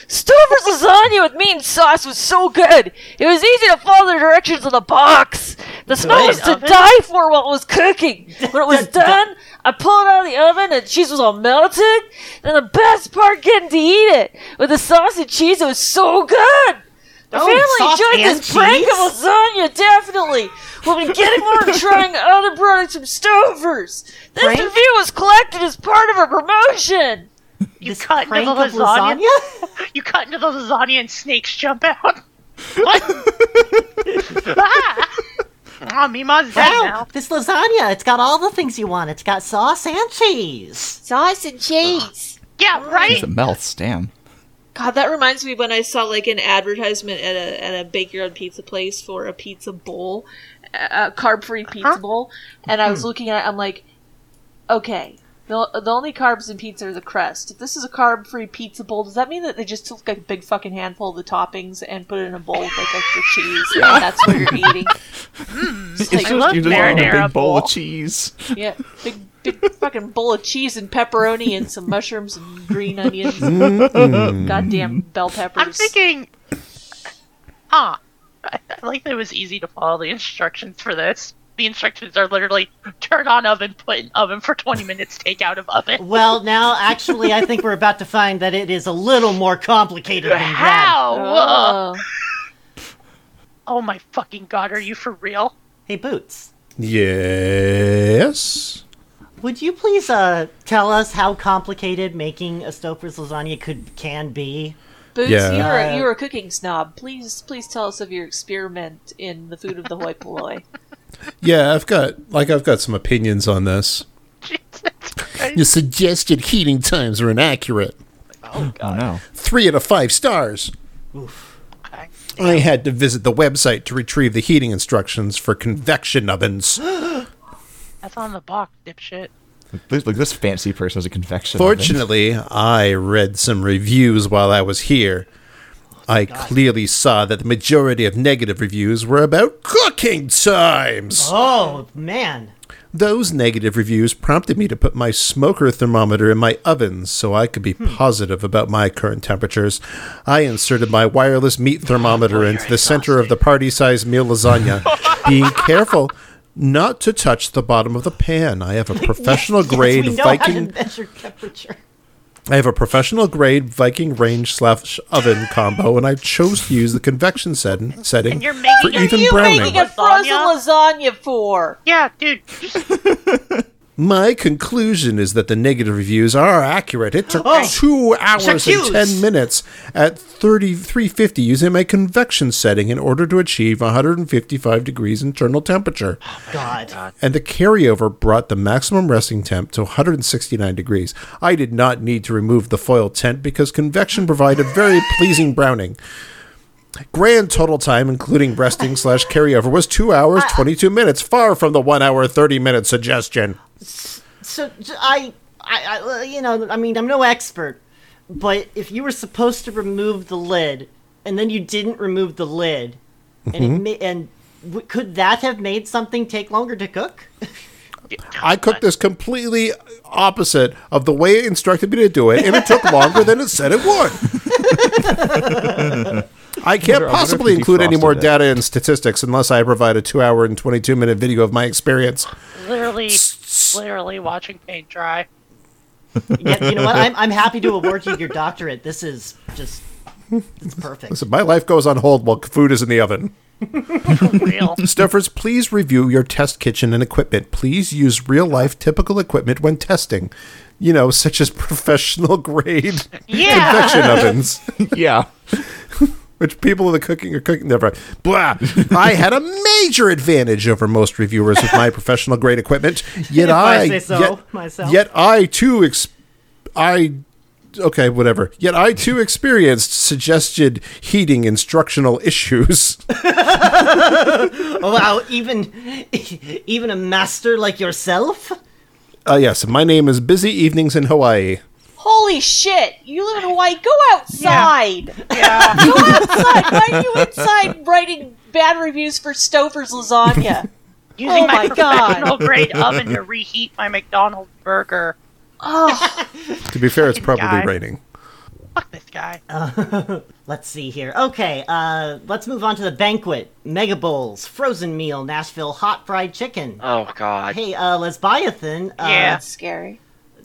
[SPEAKER 3] Stover's lasagna with meat and sauce was so good. It was easy to follow the directions on the box. The smell was to
[SPEAKER 2] oven?
[SPEAKER 3] die for while it was cooking. When it was done, I pulled it out of the oven and the cheese was all melted. And the best part, getting to eat it with the sauce and cheese, it was so good. The
[SPEAKER 4] Oh, sauce
[SPEAKER 3] family enjoyed
[SPEAKER 4] and
[SPEAKER 3] this prank of
[SPEAKER 4] cheese?
[SPEAKER 3] lasagna, definitely. We'll be getting more and trying other products from Stover's. This
[SPEAKER 4] Prank?
[SPEAKER 3] review was collected as part of a promotion.
[SPEAKER 2] You
[SPEAKER 4] This
[SPEAKER 2] cut into
[SPEAKER 4] prank
[SPEAKER 2] the
[SPEAKER 4] of
[SPEAKER 2] lasagna.
[SPEAKER 4] lasagna?
[SPEAKER 2] You cut into the lasagna and snakes jump out. What? ah! Oh, Mima's dead
[SPEAKER 4] wow,
[SPEAKER 2] now.
[SPEAKER 4] this lasagna, it's got all the things you want. It's got sauce and cheese.
[SPEAKER 3] Sauce and cheese.
[SPEAKER 2] Yeah, right?
[SPEAKER 6] It melts, damn.
[SPEAKER 3] God, that reminds me when I saw like an advertisement at a at a baker and pizza place for a pizza bowl, a carb free pizza bowl, and I was looking at it. I'm like, okay, the the only carbs in pizza are the crust. If this is a carb free pizza bowl, does that mean that they just took like a big fucking handful of the toppings and put it in a bowl with like extra cheese and that's what you're eating? It's like,
[SPEAKER 6] just,
[SPEAKER 2] love
[SPEAKER 6] you just want a
[SPEAKER 2] marinara
[SPEAKER 6] big bowl
[SPEAKER 2] bowl.
[SPEAKER 6] of cheese.
[SPEAKER 3] Yeah, big, big fucking bowl of cheese and pepperoni and some mushrooms and green onions. Goddamn bell peppers.
[SPEAKER 2] I'm thinking. Ah, I I like that it was easy to follow the instructions for this. The instructions are literally turn on oven, put in oven for 20 minutes, take out of oven.
[SPEAKER 4] Well, now actually, I think we're about to find that it is a little more complicated than that. Uh.
[SPEAKER 2] How? Ugh.
[SPEAKER 3] Oh.
[SPEAKER 2] Oh my fucking god, are you for real?
[SPEAKER 4] Hey, Boots,
[SPEAKER 1] Yes.
[SPEAKER 4] would you please uh, tell us how complicated making a Stouffer's lasagna could can be?
[SPEAKER 3] Boots,
[SPEAKER 1] Yeah.
[SPEAKER 3] you're
[SPEAKER 4] Uh,
[SPEAKER 3] a, you're a cooking snob. Please, please tell us of your experiment in the food of the hoi polloi.
[SPEAKER 1] Yeah, I've got like I've got some opinions on this.
[SPEAKER 2] Jesus Christ.
[SPEAKER 1] The suggested heating times are inaccurate.
[SPEAKER 6] Oh no.
[SPEAKER 1] Three out of five stars.
[SPEAKER 2] Okay.
[SPEAKER 1] I had to visit the website to retrieve the heating instructions for convection ovens.
[SPEAKER 2] That's on the box, dipshit.
[SPEAKER 6] Look, look, this fancy person has a confection. oven.
[SPEAKER 1] Fortunately, I read some reviews while I was here. I clearly saw that the majority of negative reviews were about cooking times.
[SPEAKER 4] Oh man,
[SPEAKER 1] Those negative reviews prompted me to put my smoker thermometer in my oven so I could be positive about my current temperatures. I inserted my wireless meat thermometer into the center of the party sized meal lasagna, being careful not to touch the bottom of the pan. I have a professional
[SPEAKER 4] Yes, yes,
[SPEAKER 1] grade
[SPEAKER 4] we know how
[SPEAKER 1] Viking
[SPEAKER 4] to measure temperature.
[SPEAKER 1] I have a professional grade Viking range slash oven combo, and I chose to use the convection setting setting
[SPEAKER 2] And you're
[SPEAKER 1] for
[SPEAKER 2] making a-
[SPEAKER 1] even
[SPEAKER 2] you
[SPEAKER 1] browning.
[SPEAKER 3] Making a frozen lasagna for
[SPEAKER 2] Yeah, dude. just-
[SPEAKER 1] My conclusion is that the negative reviews are accurate. It took
[SPEAKER 4] Oh.
[SPEAKER 1] two hours and
[SPEAKER 4] J'accuse.
[SPEAKER 1] ten minutes at thirty three fifty using my convection setting in order to achieve 155 degrees internal temperature.
[SPEAKER 4] God,
[SPEAKER 1] and the carryover brought the maximum resting temp to 169 degrees. I did not need to remove the foil tent because convection provided very pleasing browning. Grand total time, including resting slash carryover, was two hours twenty two minutes, far from the one hour thirty minute suggestion.
[SPEAKER 4] so j- I, I, I- you know, I mean, I'm no expert, but if you were supposed to remove the lid and then you didn't remove the lid, and it ma- and w- could that have made something take longer to cook?
[SPEAKER 1] I cooked this completely opposite of the way it instructed me to do it, and it took longer than it said it would. I
[SPEAKER 6] I wonder
[SPEAKER 1] can't
[SPEAKER 6] if
[SPEAKER 1] possibly
[SPEAKER 6] you
[SPEAKER 1] include any
[SPEAKER 6] defrosted
[SPEAKER 1] more
[SPEAKER 6] it.
[SPEAKER 1] data and statistics unless I provide a two hour and 22 minute video of my experience.
[SPEAKER 2] literally, literally watching paint dry.
[SPEAKER 4] Yeah, you know what? I'm, I'm happy to award you your doctorate. This is just it's perfect.
[SPEAKER 1] So my life goes on hold while food is in the oven.
[SPEAKER 2] Real.
[SPEAKER 1] Stuffers, please review your test kitchen and equipment. Please use real life typical equipment when testing, you know, such as professional grade
[SPEAKER 2] Yeah.
[SPEAKER 1] convection ovens.
[SPEAKER 6] yeah.
[SPEAKER 1] which people in the cooking are cooking never blah i had a major advantage over most reviewers with my professional grade equipment yet
[SPEAKER 4] If I
[SPEAKER 1] i,
[SPEAKER 4] say so
[SPEAKER 1] yet,
[SPEAKER 4] myself.
[SPEAKER 1] yet i too ex- i okay whatever yet i too experienced suggested heating instructional issues
[SPEAKER 4] Oh wow! Even even a master like yourself.
[SPEAKER 1] uh, yes my name is busy evenings in hawaii
[SPEAKER 3] holy shit! You live in Hawaii. Go outside.
[SPEAKER 2] yeah.
[SPEAKER 3] Go outside. Why are you inside writing bad reviews for Stouffer's lasagna?
[SPEAKER 2] Using
[SPEAKER 3] Oh
[SPEAKER 2] my,
[SPEAKER 3] my God.
[SPEAKER 2] professional grade oven to reheat my McDonald's burger.
[SPEAKER 1] to be fair it's probably
[SPEAKER 2] guy.
[SPEAKER 1] raining
[SPEAKER 2] Fuck this guy.
[SPEAKER 4] Let's see here. Okay, uh, let's move on to the banquet. Mega bowls, frozen meal, Nashville hot fried chicken.
[SPEAKER 7] Oh God.
[SPEAKER 4] Hey, uh, Lesbiathan. Uh,
[SPEAKER 2] Yeah.
[SPEAKER 3] That's scary.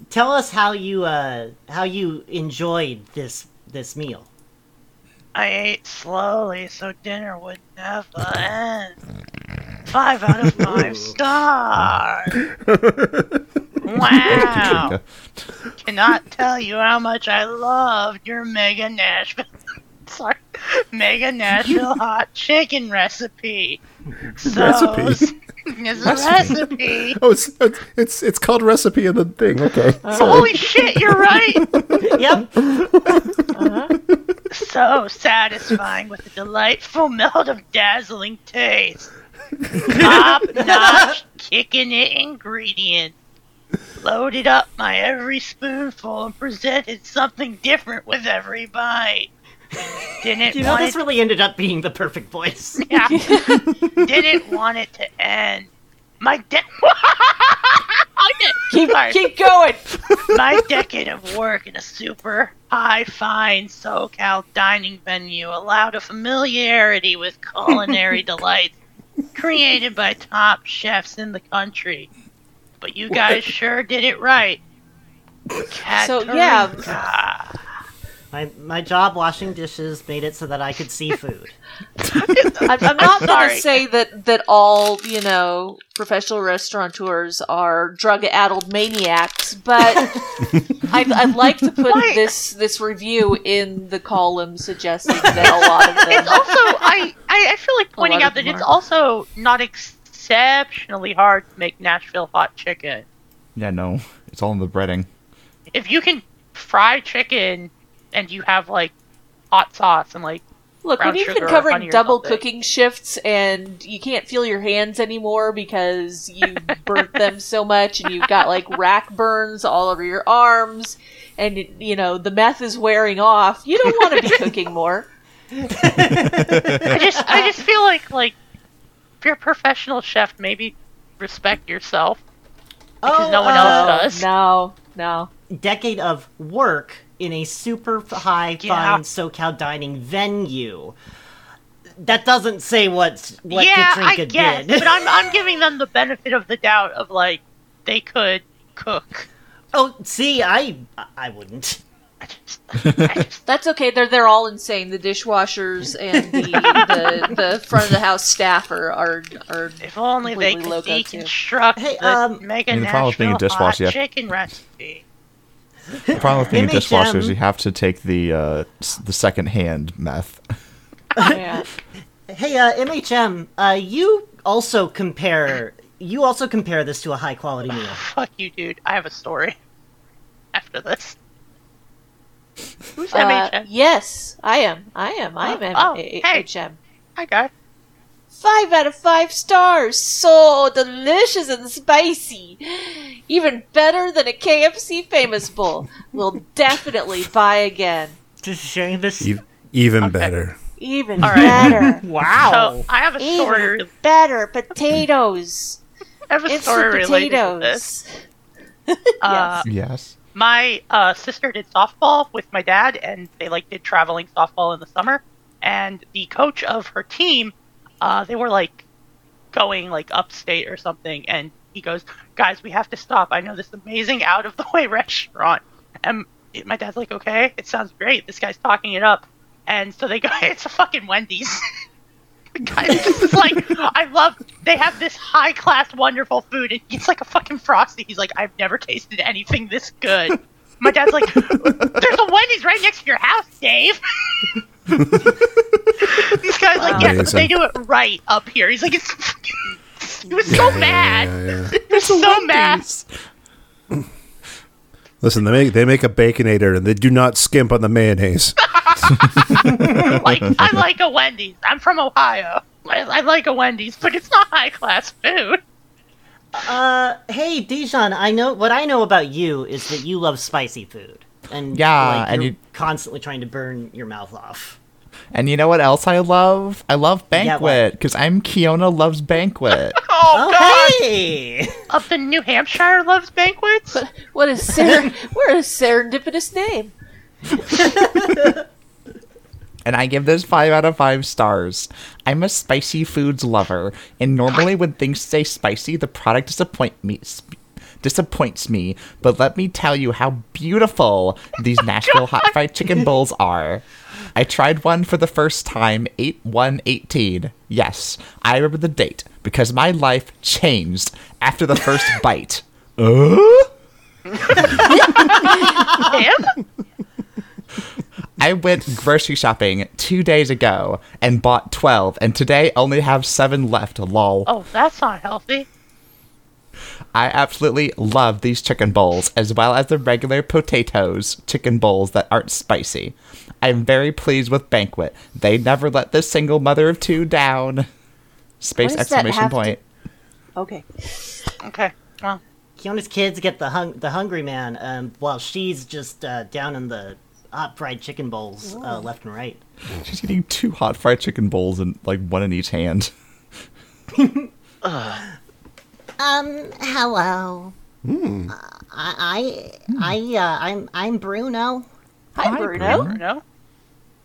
[SPEAKER 4] Tell us how you uh, how you enjoyed this this meal.
[SPEAKER 2] I ate slowly so dinner would never end. Five out of five stars. Wow. Cannot tell you how much I loved your Mega Nashville. Sorry. Mega Nashville hot chicken recipe. So,
[SPEAKER 1] Recipe?
[SPEAKER 2] It's a recipe.
[SPEAKER 1] oh it's it's it's, it's called recipe in the thing okay
[SPEAKER 2] Holy shit, you're right.
[SPEAKER 4] Yep.
[SPEAKER 2] so satisfying with a delightful melt of dazzling taste. Top notch chicken it ingredient. Loaded up my every spoonful and presented something different with every bite. Didn't
[SPEAKER 4] you know
[SPEAKER 2] want
[SPEAKER 4] this
[SPEAKER 2] it,
[SPEAKER 4] really ended up being the perfect voice.
[SPEAKER 2] yeah. didn't want it to end. My de- okay,
[SPEAKER 3] Keep,
[SPEAKER 2] sorry.
[SPEAKER 3] keep going.
[SPEAKER 2] My decade of work in a super high fine SoCal dining venue allowed a familiarity with culinary delights created by top chefs in the country. But you guys sure did it right.
[SPEAKER 3] So yeah,
[SPEAKER 4] My my job washing dishes made it so that I could see food.
[SPEAKER 3] I'm, I'm not going to
[SPEAKER 2] sorry.
[SPEAKER 3] say that that all you know professional restaurateurs are drug-addled maniacs, but I'd, I'd like to put
[SPEAKER 2] Why-
[SPEAKER 3] this this review in the column suggesting that a lot of them.
[SPEAKER 2] it's also I, I I feel like pointing
[SPEAKER 3] lot
[SPEAKER 2] out
[SPEAKER 3] of
[SPEAKER 2] that
[SPEAKER 3] them
[SPEAKER 2] it's
[SPEAKER 3] are.
[SPEAKER 2] also not exceptionally hard to make Nashville hot chicken.
[SPEAKER 6] Yeah, no. It's all in the breading.
[SPEAKER 2] If you can fry chicken and you have like hot sauce and like
[SPEAKER 3] Look, when
[SPEAKER 2] brown
[SPEAKER 3] you
[SPEAKER 2] sugar
[SPEAKER 3] can
[SPEAKER 2] or
[SPEAKER 3] cover
[SPEAKER 2] honey or
[SPEAKER 3] double
[SPEAKER 2] something.
[SPEAKER 3] cooking shifts and you can't feel your hands anymore because you burnt them so much and you've got like rack burns all over your arms and you know the meth is wearing off, you don't want to be cooking more.
[SPEAKER 2] I just I just feel like like if you're a professional chef, maybe respect yourself.
[SPEAKER 4] Oh,
[SPEAKER 2] no one
[SPEAKER 4] uh,
[SPEAKER 2] else does.
[SPEAKER 3] No, no.
[SPEAKER 4] decade of work in a super high
[SPEAKER 2] Yeah.
[SPEAKER 4] fine SoCal dining venue. That doesn't say what's what
[SPEAKER 2] yeah,
[SPEAKER 4] Katrinka
[SPEAKER 2] I guess,
[SPEAKER 4] did.
[SPEAKER 2] but I'm I'm giving them the benefit of the doubt of like they could cook.
[SPEAKER 4] oh, see, I I wouldn't.
[SPEAKER 2] I just, I just
[SPEAKER 3] That's okay. They're they're all insane. The dishwashers and the the, the front of the house staff are are, are
[SPEAKER 2] If only they could
[SPEAKER 3] Completely loco, too.
[SPEAKER 2] deconstruct
[SPEAKER 4] Hey,
[SPEAKER 2] the
[SPEAKER 4] um,
[SPEAKER 2] mega
[SPEAKER 6] I mean, the problem with being a
[SPEAKER 2] Nashville hot
[SPEAKER 6] dishwasher, you have-
[SPEAKER 2] chicken recipe.
[SPEAKER 6] The problem with being a
[SPEAKER 4] Image
[SPEAKER 6] dishwasher is
[SPEAKER 4] them.
[SPEAKER 6] you have to take the uh, s- the second hand meth.
[SPEAKER 3] yeah.
[SPEAKER 4] Hey, uh, MHM, uh, you also compare you also compare this to a high quality meal.
[SPEAKER 2] Fuck you, dude. I have a story after this. Who's
[SPEAKER 3] Uh,
[SPEAKER 2] MHN?
[SPEAKER 3] yes, I am. I am. I am.
[SPEAKER 2] Oh,
[SPEAKER 3] M-
[SPEAKER 2] hey.
[SPEAKER 3] HM.
[SPEAKER 2] Hi, guy.
[SPEAKER 3] Five out of five stars. So delicious and spicy. Even better than a KFC famous bowl. We'll definitely buy again.
[SPEAKER 4] Just sharing this.
[SPEAKER 1] E- even better.
[SPEAKER 3] Even
[SPEAKER 2] All right.
[SPEAKER 3] better.
[SPEAKER 2] So
[SPEAKER 3] oh.
[SPEAKER 4] Wow.
[SPEAKER 2] I have a story.
[SPEAKER 3] Even better potatoes.
[SPEAKER 2] I have a story
[SPEAKER 3] Instant
[SPEAKER 2] related to this.
[SPEAKER 3] potatoes.
[SPEAKER 2] Uh,
[SPEAKER 6] Yes.
[SPEAKER 2] my uh, sister did softball with my dad, and they like did traveling softball in the summer. And the coach of her team, uh, they were like going like upstate or something, and he goes, "Guys, we have to stop. I know this amazing out of the way restaurant." And my dad's like, "Okay, it sounds great. This guy's talking it up." And so they go, "It's a fucking Wendy's." The guy just is like, I love. They have this high class, wonderful food, and it's like a fucking frosty. He's like, I've never tasted anything this good. My dad's like, There's a Wendy's right next to your house, Dave. These guys like, yeah, but
[SPEAKER 1] Amazing.
[SPEAKER 2] they do it right up here. He's like, it's. He was so mad.
[SPEAKER 1] Yeah, yeah.
[SPEAKER 2] He was so mad.
[SPEAKER 1] Listen, they make they make a baconator and they do not skimp on the mayonnaise.
[SPEAKER 2] Like, I like a Wendy's. I'm from Ohio. I, I like a Wendy's, but it's not high class food.
[SPEAKER 4] Uh, hey, Dijon, I know what I know about you is that you love spicy food, and
[SPEAKER 6] Yeah,
[SPEAKER 4] like,
[SPEAKER 6] and
[SPEAKER 4] you're
[SPEAKER 6] you-
[SPEAKER 4] constantly trying to burn your mouth off.
[SPEAKER 6] And you know what else I love? I love
[SPEAKER 4] what?
[SPEAKER 6] banquet because I'm Kiona loves banquet.
[SPEAKER 2] Oh, God.
[SPEAKER 4] hey!
[SPEAKER 2] Up in New Hampshire loves banquets.
[SPEAKER 3] What a ser- what a serendipitous name.
[SPEAKER 6] and I give this five out of five stars. I'm a spicy foods lover, and normally when things say spicy, the product disappoint me. sp- Disappoints me, but let me tell you how beautiful these Nashville hot fried chicken bowls are. I tried one for the first time, 8 1 18. Yes, I remember the date because my life changed after the first bite.
[SPEAKER 2] Him?
[SPEAKER 6] I went grocery shopping two days ago and bought 12, and today only have seven left. Lol.
[SPEAKER 2] Oh, that's not healthy.
[SPEAKER 6] I absolutely love these chicken bowls, as well as the regular potatoes chicken bowls that aren't spicy. I'm very pleased with Banquet. They never let this single mother of two down. Space
[SPEAKER 3] What does that
[SPEAKER 6] exclamation
[SPEAKER 3] have to-
[SPEAKER 6] point.
[SPEAKER 3] Okay.
[SPEAKER 2] Okay. Well,
[SPEAKER 4] Kiona's kids get the hung- the hungry man, um, while she's just uh, down in the hot fried chicken bowls uh, left and right.
[SPEAKER 6] She's eating two hot fried chicken bowls and like one in each hand.
[SPEAKER 4] Um, hello. Uh, I, I, I, uh, I'm, I'm Bruno.
[SPEAKER 3] Hi, Bruno.
[SPEAKER 2] No?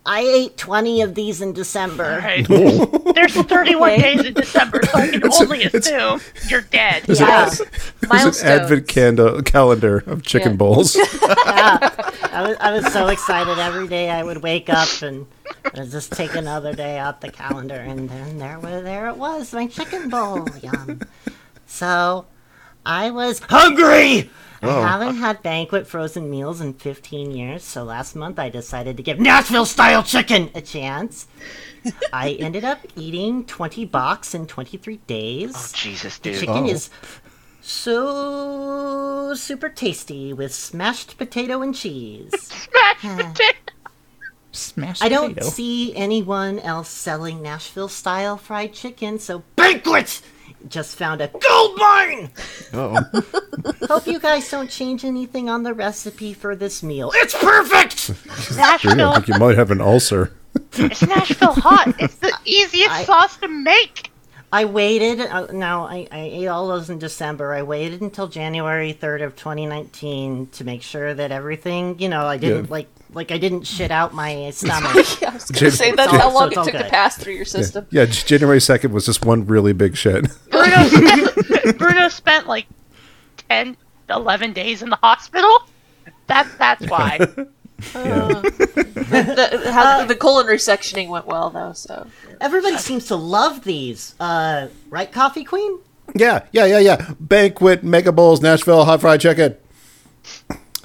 [SPEAKER 4] I ate 20 of these in December.
[SPEAKER 2] Alright. There's 31 days in December, so I can only assume you're dead.
[SPEAKER 4] Yeah,
[SPEAKER 1] There's an advent candle, calendar of chicken
[SPEAKER 3] Yeah.
[SPEAKER 1] bowls.
[SPEAKER 4] I was, I was so excited every day I would wake up and I'd just take another day out the calendar, and then there, wa- there it was, my chicken bowl. Yum. So I was hungry! I haven't had banquet frozen meals in 15 years, so last month I decided to give Nashville style chicken a chance. I ended up eating 20 box in 23 days.
[SPEAKER 2] Oh, Jesus, dude.
[SPEAKER 4] Chicken is so super tasty with smashed potato and cheese.
[SPEAKER 2] Smash potato.
[SPEAKER 6] Smash
[SPEAKER 4] I don't see anyone else selling Nashville style fried chicken, so banquet just found a gold mine. Oh. Hope you guys don't change anything on the recipe for this meal. It's perfect.
[SPEAKER 1] I
[SPEAKER 2] Nashville.
[SPEAKER 1] think you might have an ulcer.
[SPEAKER 2] It's Nashville hot. It's the easiest sauce to make.
[SPEAKER 4] I waited. Uh, now I, I ate all those in December. I waited until January third of 2019 to make sure that everything, you know, I didn't
[SPEAKER 1] Yeah.
[SPEAKER 4] like like I didn't shit out my stomach.
[SPEAKER 3] Yeah, I was
[SPEAKER 1] Jan-
[SPEAKER 3] gonna say that's
[SPEAKER 4] So-
[SPEAKER 3] how
[SPEAKER 4] so
[SPEAKER 3] long
[SPEAKER 4] it's
[SPEAKER 3] it
[SPEAKER 4] all
[SPEAKER 3] took
[SPEAKER 4] good.
[SPEAKER 3] to pass through your system.
[SPEAKER 1] Yeah, J- January 2nd was just one really big shit.
[SPEAKER 2] Bruno spent, Bruno spent like 10, 11 days in the hospital. That, that's why.
[SPEAKER 3] The, how, the culinary sectioning went well though, so
[SPEAKER 4] Everybody seems to love these. Uh, right, Coffee Queen?
[SPEAKER 1] Yeah, yeah, yeah, yeah. Banquet, mega bowls, Nashville hot fried chicken.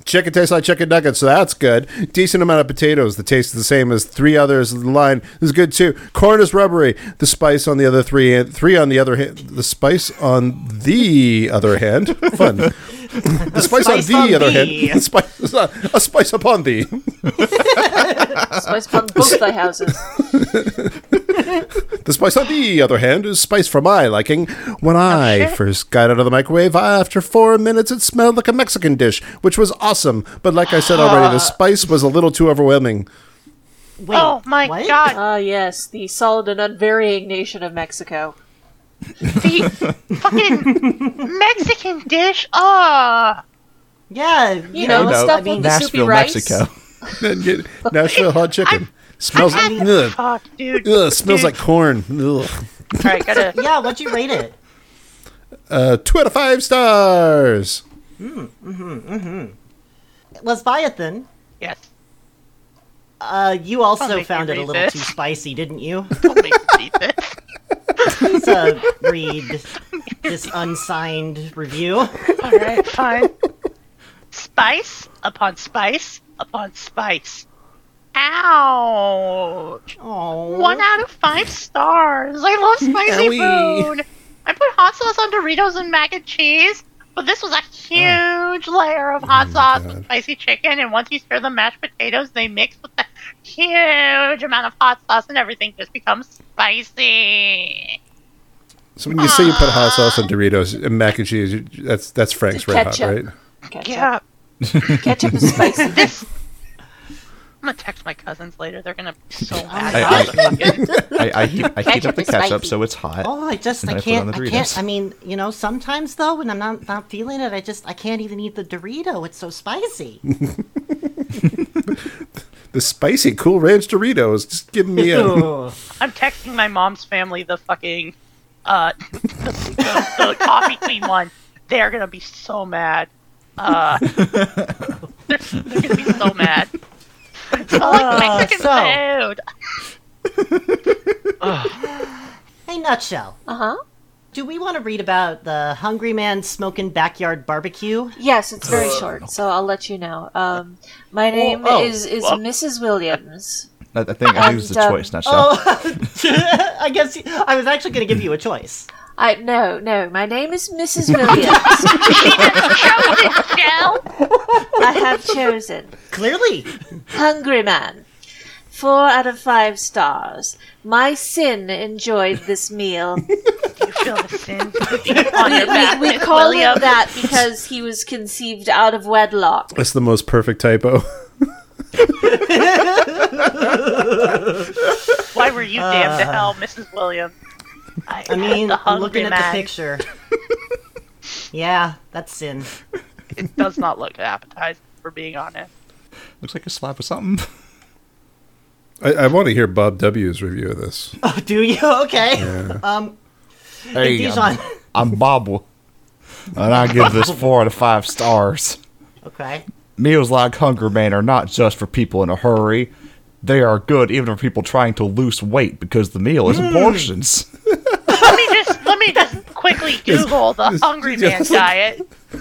[SPEAKER 1] Chicken tastes like chicken nuggets, so that's good. Decent amount of potatoes. The taste is the same as three others in the line. This is good too. Corn is rubbery. The spice on the other three, three on the other hand. The spice on the other hand. Fun. The spice, on
[SPEAKER 4] spice
[SPEAKER 1] the
[SPEAKER 4] on
[SPEAKER 1] other
[SPEAKER 4] the.
[SPEAKER 1] hand. The spice, uh, a spice upon thee.
[SPEAKER 3] spice from both thy houses.
[SPEAKER 1] The spice on the other hand is spice for my liking. When I
[SPEAKER 2] shit.
[SPEAKER 1] first got out of the microwave, after four minutes it smelled like a Mexican dish, which was awesome. But like I said already, the spice was a little too overwhelming.
[SPEAKER 4] Wait,
[SPEAKER 2] oh my
[SPEAKER 4] what?
[SPEAKER 2] god.
[SPEAKER 3] Ah, yes, the solid and unvarying nation of Mexico.
[SPEAKER 2] The fucking Mexican dish. Ah.
[SPEAKER 4] Yeah,
[SPEAKER 3] You know,
[SPEAKER 6] know,
[SPEAKER 3] stuff
[SPEAKER 6] I
[SPEAKER 3] with the soupy
[SPEAKER 6] Nashville,
[SPEAKER 3] rice.
[SPEAKER 6] Mexico.
[SPEAKER 1] Then get Nashville hot chicken. smells
[SPEAKER 2] I had-
[SPEAKER 1] ugh,
[SPEAKER 2] fuck, dude.
[SPEAKER 1] ugh, smells
[SPEAKER 2] Dude.
[SPEAKER 1] like corn. Ugh.
[SPEAKER 2] All right, gotta.
[SPEAKER 4] yeah, what'd you rate it?
[SPEAKER 1] Uh, two out of five stars.
[SPEAKER 4] Lesbiathan,
[SPEAKER 2] Yes.
[SPEAKER 4] uh, you
[SPEAKER 2] Don't
[SPEAKER 4] also
[SPEAKER 2] make me
[SPEAKER 4] found it a
[SPEAKER 2] read
[SPEAKER 4] little
[SPEAKER 2] this.
[SPEAKER 4] too spicy, didn't you?
[SPEAKER 2] Don't make me read this.
[SPEAKER 4] Please uh, read this unsigned review.
[SPEAKER 2] All right, fine. Spice upon spice upon spice. Ouch.
[SPEAKER 4] Oh,
[SPEAKER 2] One out of five stars. I love spicy
[SPEAKER 1] Owie.
[SPEAKER 2] food. I put hot sauce on Doritos and mac and cheese, but this was a huge layer of hot sauce with spicy chicken. And once you stir the mashed potatoes, they mix with the huge amount of hot sauce, and everything just becomes spicy.
[SPEAKER 1] So when you say you put hot sauce on Doritos and mac and cheese, you- that's that's Frank's Red Hot,
[SPEAKER 3] Ketchup.
[SPEAKER 1] right?
[SPEAKER 3] Ketchup.
[SPEAKER 2] Yeah.
[SPEAKER 3] Ketchup is spicy.
[SPEAKER 2] This. I'm gonna text my cousins later. They're gonna be so mad.
[SPEAKER 6] I, I, I, I heat, I heat up
[SPEAKER 3] Ketchup
[SPEAKER 6] the
[SPEAKER 3] is
[SPEAKER 6] ketchup
[SPEAKER 3] spicy.
[SPEAKER 6] so it's hot.
[SPEAKER 4] Oh, I just
[SPEAKER 6] And
[SPEAKER 4] I
[SPEAKER 6] I put it on
[SPEAKER 4] can't
[SPEAKER 6] the
[SPEAKER 4] I
[SPEAKER 6] Doritos.
[SPEAKER 4] can't I mean, you know, sometimes though when I'm not not feeling it, I just I can't even eat the Dorito. It's so spicy.
[SPEAKER 1] The spicy Cool Ranch Doritos. Just give me a.
[SPEAKER 4] Ooh.
[SPEAKER 2] I'm texting my mom's family the fucking uh the, the, the coffee queen one. They're gonna be so mad. Uh, they're, they're gonna be so mad. I like Mexican
[SPEAKER 4] Uh, so-
[SPEAKER 2] food.
[SPEAKER 4] Hey nutshell.
[SPEAKER 3] Uh huh.
[SPEAKER 4] Do we want to read about the hungry man smoking backyard barbecue?
[SPEAKER 3] Yes, it's very short, so I'll let you know. Um, my name
[SPEAKER 1] Uh, oh,
[SPEAKER 3] is is Mrs. Williams.
[SPEAKER 6] I, I think I think it was
[SPEAKER 3] And,
[SPEAKER 6] a
[SPEAKER 3] um,
[SPEAKER 6] choice, Nashville.
[SPEAKER 4] I guess I was actually going to give you a choice.
[SPEAKER 3] I no no. My name is Mrs. Williams.
[SPEAKER 2] Shell.
[SPEAKER 3] I have chosen
[SPEAKER 4] Clearly,
[SPEAKER 3] Hungry Man. Four out of five stars. My sin enjoyed this meal.
[SPEAKER 2] You feel the sin on your back,
[SPEAKER 3] we
[SPEAKER 2] Miss
[SPEAKER 3] call
[SPEAKER 2] William.
[SPEAKER 3] him that because he was conceived out of wedlock.
[SPEAKER 1] That's the most perfect typo.
[SPEAKER 2] Why were you
[SPEAKER 1] Uh,
[SPEAKER 2] damned to hell, Mrs. Williams? I,
[SPEAKER 4] I mean,
[SPEAKER 2] the hungry
[SPEAKER 4] looking at
[SPEAKER 2] man.
[SPEAKER 4] the picture. Yeah, that's sin.
[SPEAKER 2] It does not look appetizing, for being honest.
[SPEAKER 6] Looks like a slab of something.
[SPEAKER 1] I, I want to hear Bob W.'s review of this.
[SPEAKER 4] Oh, do you? Okay. Um,
[SPEAKER 6] Hey,
[SPEAKER 4] Dijon.
[SPEAKER 6] I'm, I'm Bob, and I give this four out of five stars.
[SPEAKER 4] Okay.
[SPEAKER 6] Meals like Hunger Man are not just for people in a hurry. They are good even for people trying to lose weight because the meal is in portions.
[SPEAKER 2] Let me just let me just quickly Google the Hungry Man diet.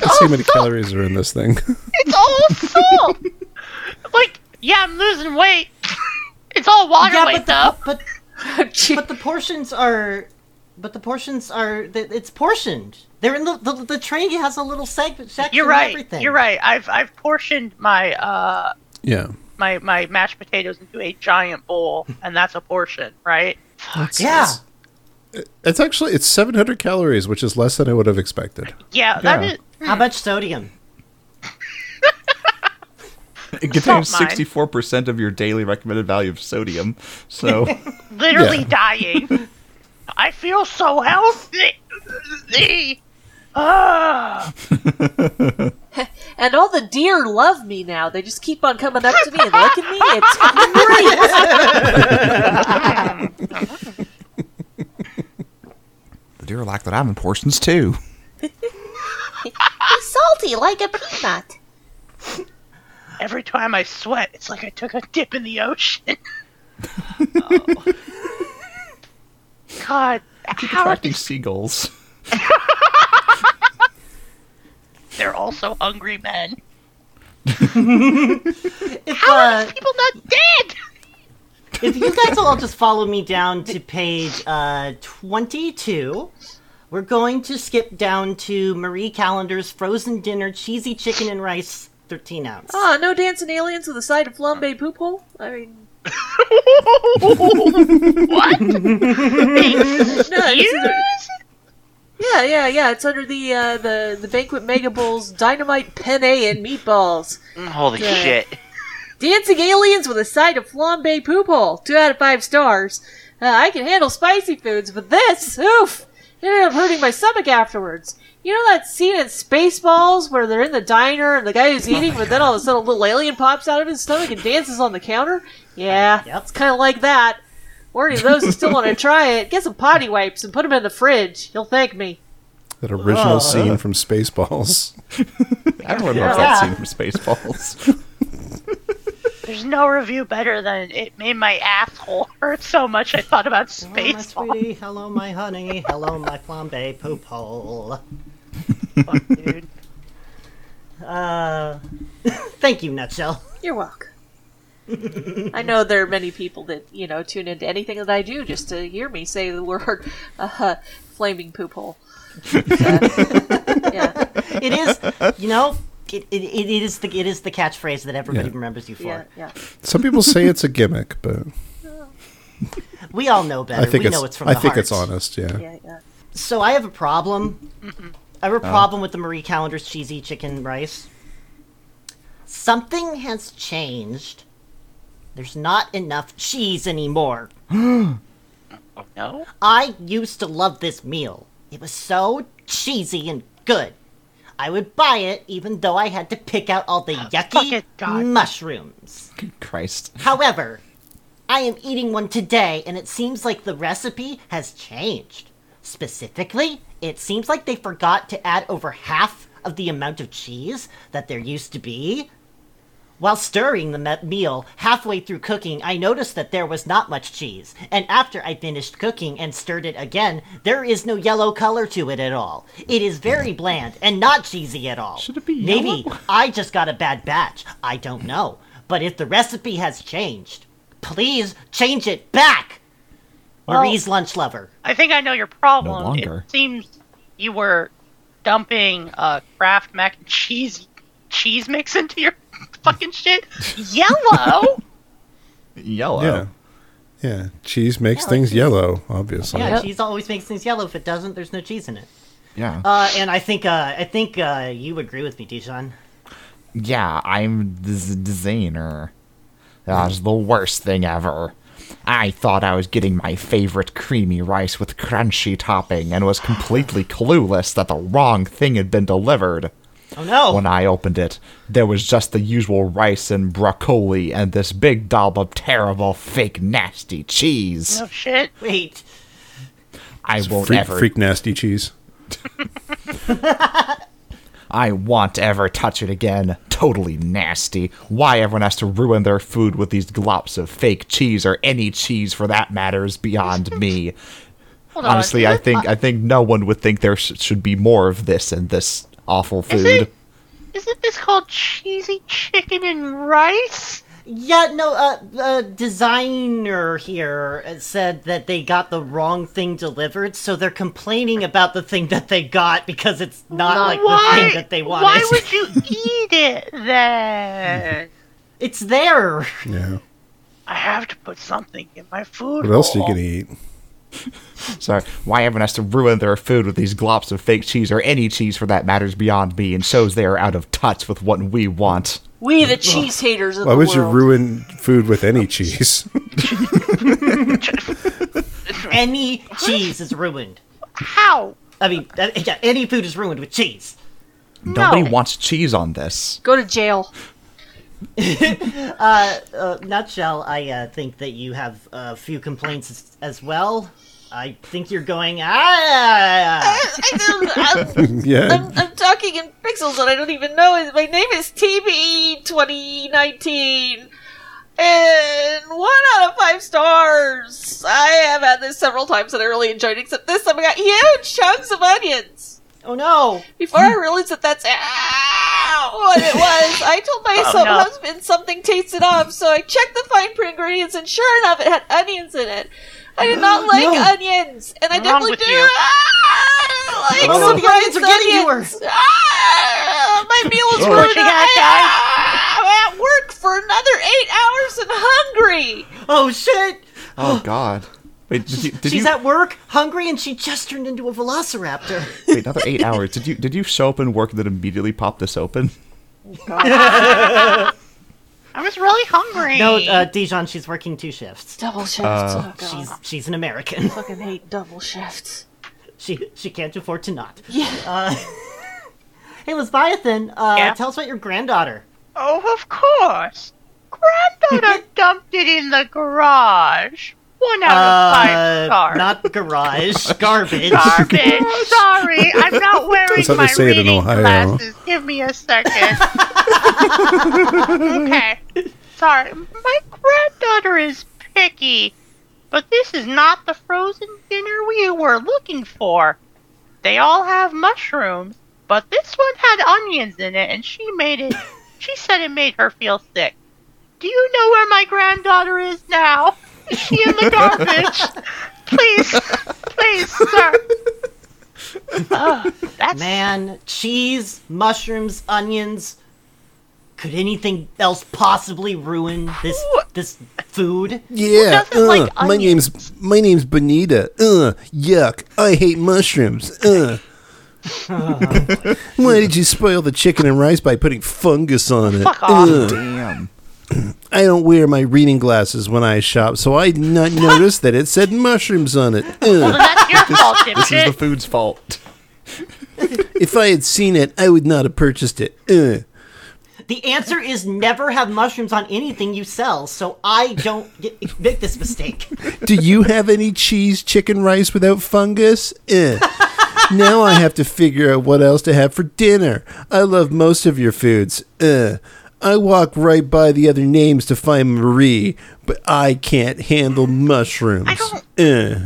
[SPEAKER 1] Let's see how
[SPEAKER 2] all
[SPEAKER 1] many calories are in this thing.
[SPEAKER 2] it's all salt. like, yeah, I'm losing weight. It's all water
[SPEAKER 4] Yeah,
[SPEAKER 2] weight
[SPEAKER 4] but
[SPEAKER 2] though.
[SPEAKER 4] the, but but the portions are, but the portions are. th- It's portioned. They're in the the, the train has a little segment section.
[SPEAKER 2] You're
[SPEAKER 4] and
[SPEAKER 2] right.
[SPEAKER 4] Everything.
[SPEAKER 2] You're right. I've I've portioned my uh
[SPEAKER 1] yeah.
[SPEAKER 2] my my mashed potatoes into a giant bowl, and that's a portion, right?
[SPEAKER 4] Yeah.
[SPEAKER 1] It's actually it's 700 calories, which is less than I would have expected.
[SPEAKER 2] Yeah, that
[SPEAKER 6] Yeah.
[SPEAKER 2] is.
[SPEAKER 4] How much sodium?
[SPEAKER 6] It contains
[SPEAKER 2] mine.
[SPEAKER 6] 64% of your daily recommended value of sodium. So,
[SPEAKER 2] literally
[SPEAKER 1] Yeah.
[SPEAKER 2] dying. I feel so healthy. Ah.
[SPEAKER 3] And all the deer love me now. They just keep on coming up to me and looking at me. It's great.
[SPEAKER 6] the deer like that I'm in portions too.
[SPEAKER 3] salty like a peanut.
[SPEAKER 2] Every time I sweat, it's like I took a dip in the ocean. God, how
[SPEAKER 6] Attracting seagulls.
[SPEAKER 2] they're also hungry men.
[SPEAKER 4] If
[SPEAKER 2] How are
[SPEAKER 4] uh,
[SPEAKER 2] these people not dead?
[SPEAKER 4] if you guys will all just follow me down to page uh twenty two. We're going to skip down to Marie Callender's frozen dinner, cheesy chicken and rice, thirteen ounce.
[SPEAKER 2] Oh,
[SPEAKER 3] Ah, no dancing aliens with a side of flambe poop hole. I mean,
[SPEAKER 2] what?
[SPEAKER 3] no, it's
[SPEAKER 2] Excuse?
[SPEAKER 3] under, yeah, yeah, yeah. It's under the uh, the the banquet mega bowls, dynamite penne and meatballs,
[SPEAKER 7] Mm, Holy
[SPEAKER 3] Yeah.
[SPEAKER 7] shit.
[SPEAKER 3] dancing aliens with a side of flambe poop hole. Two out of five stars. Uh, I can handle spicy foods, but this, oof, it ended up hurting my stomach afterwards. You know that scene in Spaceballs where they're in the diner and the guy who's eating, but then all of a sudden a little alien pops out of his stomach and dances on the counter? Yeah,
[SPEAKER 4] Yep.
[SPEAKER 3] it's kind of like that. Or any of those who still want to try it, get some potty wipes and put them in the fridge. You'll thank me.
[SPEAKER 1] That original
[SPEAKER 4] Oh.
[SPEAKER 1] scene from Spaceballs.
[SPEAKER 6] I don't remember
[SPEAKER 4] Yeah.
[SPEAKER 6] that scene from Spaceballs.
[SPEAKER 2] There's no review better than it made my asshole hurt so much I thought about
[SPEAKER 4] Hello, my
[SPEAKER 2] space.
[SPEAKER 4] sweetie. Hello, my honey. Hello, my flambe poop hole.
[SPEAKER 2] dude.
[SPEAKER 4] Uh, thank you, Nutshell.
[SPEAKER 3] You're welcome. I know there are many people that you know tune into anything that I do just to hear me say the word uh, "flaming poop hole." yeah,
[SPEAKER 4] It is, you know, it, it, it is the it is the catchphrase that everybody remembers you for.
[SPEAKER 3] yeah, yeah.
[SPEAKER 1] Some people say it's a gimmick, but
[SPEAKER 4] We all know better.
[SPEAKER 1] I think
[SPEAKER 4] we
[SPEAKER 1] it's
[SPEAKER 4] know it's from
[SPEAKER 1] I
[SPEAKER 4] the
[SPEAKER 1] think
[SPEAKER 4] heart.
[SPEAKER 1] it's honest. Yeah.
[SPEAKER 3] Yeah, yeah.
[SPEAKER 4] So I have a problem. I have a
[SPEAKER 2] Uh-huh.
[SPEAKER 4] problem with the Marie Callender's cheesy chicken rice. Something has changed. There's not enough cheese anymore.
[SPEAKER 2] Oh no.
[SPEAKER 4] I used to love this meal. It was so cheesy and good. I would buy it even though I had to pick out all the yucky
[SPEAKER 2] it, God.
[SPEAKER 4] mushrooms.
[SPEAKER 6] Good Christ.
[SPEAKER 4] However, I am eating one today and it seems like the recipe has changed. Specifically, it seems like they forgot to add over half of the amount of cheese that there used to be. While stirring the me- meal halfway through cooking, I noticed that there was not much cheese. And after I finished cooking and stirred it again, there is no yellow color to it at all. It is very bland and not cheesy at all. Should
[SPEAKER 6] it be
[SPEAKER 4] Maybe I just got a bad batch. I don't know. But if the recipe has changed, please change it back. Marie's lunch lover.
[SPEAKER 2] I think I know your problem.
[SPEAKER 6] No longer.
[SPEAKER 2] It seems you were dumping uh, Kraft mac and cheese cheese mix into your fucking shit. Yellow.
[SPEAKER 6] Yellow.
[SPEAKER 1] Yeah. Yeah. Cheese makes things yellow, obviously.
[SPEAKER 4] Yeah, cheese always makes things yellow. If it doesn't, there's no cheese in it.
[SPEAKER 6] Yeah.
[SPEAKER 4] Uh, and I think uh, I think uh, you agree with me, Dijon.
[SPEAKER 6] Yeah, I'm the z- designer. That's the worst thing ever. I thought I was getting my favorite creamy rice with crunchy topping and was completely clueless that the wrong thing had been delivered.
[SPEAKER 4] Oh no!
[SPEAKER 6] When I opened it, there was just the usual rice and broccoli and this big dollop of terrible, fake, nasty cheese.
[SPEAKER 2] Oh shit.
[SPEAKER 4] Wait.
[SPEAKER 6] I won't
[SPEAKER 1] Freak,
[SPEAKER 6] ever.
[SPEAKER 1] freak nasty cheese.
[SPEAKER 6] I won't ever touch it again. Totally nasty. Why everyone has to ruin their food with these glops of fake cheese or any cheese for that matter is beyond me.
[SPEAKER 2] Hold on.
[SPEAKER 6] Honestly, I think I think no one would think there sh- should be more of this in this awful
[SPEAKER 2] Is
[SPEAKER 6] food.
[SPEAKER 2] it- Isn't this called cheesy chicken and rice?
[SPEAKER 4] Yeah, no, uh, the designer here said that they got the wrong thing delivered, so they're complaining about the thing that they got because it's not like the
[SPEAKER 2] Why?
[SPEAKER 4] thing that they wanted.
[SPEAKER 2] why would you eat it then?
[SPEAKER 4] It's there!
[SPEAKER 1] Yeah.
[SPEAKER 2] I have to put something in my food.
[SPEAKER 1] What else are you
[SPEAKER 2] bowl.
[SPEAKER 1] gonna eat?
[SPEAKER 6] Sorry, why everyone has to ruin their food with these glops of fake cheese or any cheese for that matter is beyond me and shows they are out of touch with what we want.
[SPEAKER 3] We the cheese haters of
[SPEAKER 1] Why
[SPEAKER 3] the
[SPEAKER 1] would
[SPEAKER 3] world.
[SPEAKER 1] you ruin food with any cheese?
[SPEAKER 4] Any cheese is ruined.
[SPEAKER 2] How?
[SPEAKER 4] I mean, uh, yeah, any food is ruined with cheese.
[SPEAKER 6] Nobody wants cheese on this.
[SPEAKER 3] Go to jail.
[SPEAKER 4] Uh, nutshell, I uh, think that you have a few complaints as, as well. I think you're going, ah!
[SPEAKER 3] I'm,
[SPEAKER 1] yeah.
[SPEAKER 3] I'm talking in pixels and I don't even know it. My name is E TB2019. And one out of five stars. I have had this several times and I really enjoyed it, except this time I got huge chunks of onions.
[SPEAKER 4] Oh no!
[SPEAKER 3] Before
[SPEAKER 4] Hmm.
[SPEAKER 3] I realized that that's ow, what it was, I told
[SPEAKER 4] Oh,
[SPEAKER 3] my so-
[SPEAKER 2] no.
[SPEAKER 3] husband something tasted off, so I checked the fine print ingredients, and sure enough, it had onions in it. I did not like
[SPEAKER 4] No.
[SPEAKER 3] onions, and I
[SPEAKER 2] What's wrong
[SPEAKER 3] definitely
[SPEAKER 2] with
[SPEAKER 3] do
[SPEAKER 2] you?
[SPEAKER 3] ah, like
[SPEAKER 4] Oh, no, the
[SPEAKER 3] surprised
[SPEAKER 4] onions are getting you
[SPEAKER 3] onions. Ah, my meal is ruined.
[SPEAKER 2] Pushing out, guys.
[SPEAKER 3] Ah, I'm at work for another eight hours and hungry.
[SPEAKER 4] Oh shit!
[SPEAKER 6] Oh God! Wait, did you, did
[SPEAKER 4] She's
[SPEAKER 6] you
[SPEAKER 4] at work, hungry, and she just turned into a velociraptor.
[SPEAKER 6] wait another eight hours? Did you did you show up and work and then immediately pop this open?
[SPEAKER 2] I was really hungry.
[SPEAKER 4] No, uh, Dijon, she's working two shifts.
[SPEAKER 3] Double shifts. oh god,
[SPEAKER 4] She's she's an American.
[SPEAKER 3] I fucking hate double shifts.
[SPEAKER 4] she she can't afford to not. Uh,
[SPEAKER 3] Yeah.
[SPEAKER 4] Hey, Lesbiathan, uh,
[SPEAKER 2] Yeah?
[SPEAKER 4] tell us about your granddaughter.
[SPEAKER 2] Oh, of course. Granddaughter dumped it in the garage. One out of five
[SPEAKER 4] Uh,
[SPEAKER 2] stars.
[SPEAKER 4] not garage, garbage.
[SPEAKER 2] Garbage. Sorry, I'm not wearing
[SPEAKER 1] That's how they
[SPEAKER 2] my
[SPEAKER 1] say it in
[SPEAKER 2] reading
[SPEAKER 1] Ohio.
[SPEAKER 2] glasses. Give me a second. okay. Sorry, my granddaughter is picky, but this is not the frozen dinner we were looking for. They all have mushrooms, but this one had onions in it, and she made it. She said it made her feel sick. Do you know where my granddaughter is now? Is she in the garbage? please, please, sir. Oh, that's
[SPEAKER 4] Man, cheese, mushrooms, onions. Could anything else possibly ruin this this food?
[SPEAKER 1] Yeah. uh,
[SPEAKER 2] doesn't like
[SPEAKER 1] my name's my name's Bonita. Uh, yuck. I hate mushrooms. Uh. Why did you spoil the chicken and rice by putting fungus on it?
[SPEAKER 2] Fuck off.
[SPEAKER 1] Ugh.
[SPEAKER 6] Damn.
[SPEAKER 1] I don't wear my reading glasses when I shop, so I did not notice that it said mushrooms on it. Uh, Ugh.
[SPEAKER 2] Well, that's your fault,
[SPEAKER 6] This is the
[SPEAKER 2] dipshit.
[SPEAKER 6] food's fault.
[SPEAKER 1] If I had seen it, I would not have purchased it. Uh. Ugh.
[SPEAKER 4] The answer is never have mushrooms on anything you sell, so I don't get, make this mistake.
[SPEAKER 1] Do you have any cheese chicken rice without fungus? Eh. now I have to figure out what else to have for dinner. I love most of your foods. Eh. I walk right by the other names to find Marie, but I can't handle mushrooms.
[SPEAKER 2] I don't-
[SPEAKER 1] Eh.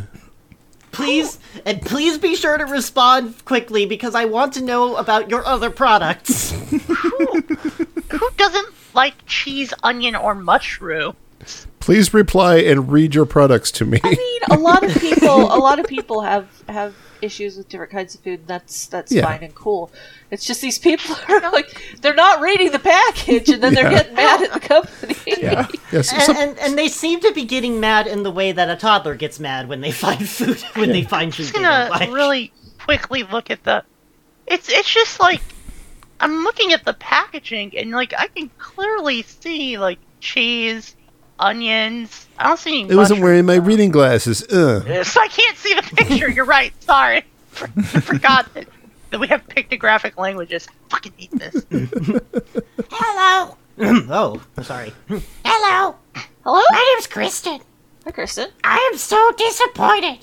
[SPEAKER 4] Please, and please be sure to respond quickly because I want to know about your other products.
[SPEAKER 2] Who doesn't like cheese, onion, or mushroom?
[SPEAKER 1] Please reply and read your products to me.
[SPEAKER 3] mean, a lot of people, a lot of people have have issues with different kinds of food. And that's that's
[SPEAKER 1] Yeah.
[SPEAKER 3] fine and cool. It's just these people are like they're not reading the package, and then they're getting mad at the company.
[SPEAKER 1] yes.
[SPEAKER 4] and, and, and they seem to be getting mad in the way that a toddler gets mad when they find food when they find food
[SPEAKER 2] just
[SPEAKER 4] they don't
[SPEAKER 2] gonna
[SPEAKER 4] like.
[SPEAKER 2] really quickly look at the. It's it's just like I'm looking at the packaging and like I can clearly see like cheese,
[SPEAKER 1] I wasn't
[SPEAKER 2] mushrooms,
[SPEAKER 1] wearing my
[SPEAKER 2] though.
[SPEAKER 1] reading glasses. Eh. Ugh.
[SPEAKER 2] So I can't see the picture. You're right. Sorry. For- I forgot that, that we have pictographic languages. I fucking hate this.
[SPEAKER 7] Hello.
[SPEAKER 4] Oh, sorry.
[SPEAKER 7] Hello.
[SPEAKER 3] Hello?
[SPEAKER 7] My name's Kristen.
[SPEAKER 3] Hi, Kristen.
[SPEAKER 7] I am so disappointed.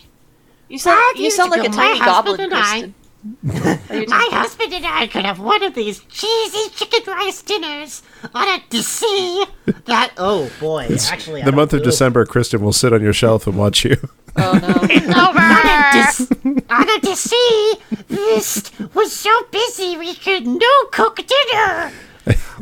[SPEAKER 3] You sound,
[SPEAKER 7] Five
[SPEAKER 3] you
[SPEAKER 7] years
[SPEAKER 3] sound like a
[SPEAKER 7] ago, my
[SPEAKER 3] tiny
[SPEAKER 7] husband
[SPEAKER 3] goblin,
[SPEAKER 7] and I-
[SPEAKER 3] Kristen. Are you
[SPEAKER 7] My husband and I could have one of these cheesy chicken rice dinners on a DC.
[SPEAKER 4] That. Oh boy. Actually, I
[SPEAKER 1] The
[SPEAKER 4] don't
[SPEAKER 1] month of
[SPEAKER 4] know.
[SPEAKER 1] December, Kristen will sit on your shelf and watch you.
[SPEAKER 2] It's over.
[SPEAKER 7] Dis- on a DC. This was so busy we could no cook dinner.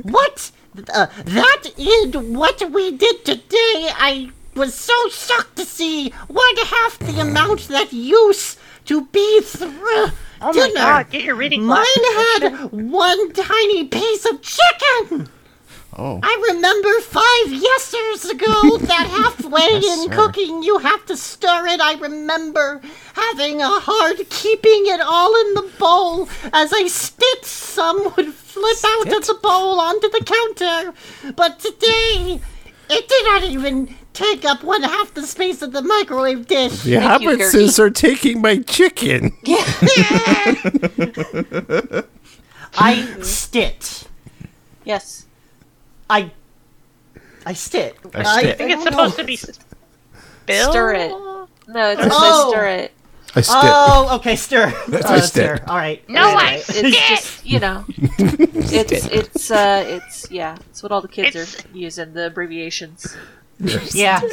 [SPEAKER 4] What? Uh, that is what we did today. I was so shocked to see one half the amount that used to be through
[SPEAKER 2] Oh my
[SPEAKER 4] dinner.
[SPEAKER 2] God, get your reading
[SPEAKER 4] Mine
[SPEAKER 2] glasses.
[SPEAKER 4] had one tiny piece of chicken.
[SPEAKER 6] Oh.
[SPEAKER 4] I remember five yesers ago that halfway
[SPEAKER 6] Yes,
[SPEAKER 4] in
[SPEAKER 6] sir.
[SPEAKER 4] cooking you have to stir it. I remember having a hard keeping it all in the bowl as I spit some would flip out of the bowl onto the counter. But today it did not even take up one half the space of the microwave dish.
[SPEAKER 1] The
[SPEAKER 3] you,
[SPEAKER 1] hobbitses are taking my chicken.
[SPEAKER 4] I stit.
[SPEAKER 3] Yes.
[SPEAKER 4] I I stit.
[SPEAKER 6] I
[SPEAKER 3] Uh,
[SPEAKER 6] stit. I
[SPEAKER 2] I think it's
[SPEAKER 4] don't
[SPEAKER 2] supposed
[SPEAKER 4] know.
[SPEAKER 2] to be s- Bill.
[SPEAKER 3] Stir it. No, it just
[SPEAKER 4] Oh.
[SPEAKER 3] says stir it.
[SPEAKER 1] I spit.
[SPEAKER 4] Oh, okay, stir.
[SPEAKER 6] That's
[SPEAKER 4] oh,
[SPEAKER 6] my
[SPEAKER 4] that's
[SPEAKER 6] stit.
[SPEAKER 4] fair. All right.
[SPEAKER 2] No,
[SPEAKER 4] All
[SPEAKER 2] I
[SPEAKER 4] right.
[SPEAKER 2] stit.
[SPEAKER 3] It's just, you know. It's, it's, uh, it's, yeah. It's what all the kids
[SPEAKER 2] It's-
[SPEAKER 3] are using, the abbreviations.
[SPEAKER 4] Yeah.
[SPEAKER 3] LOL,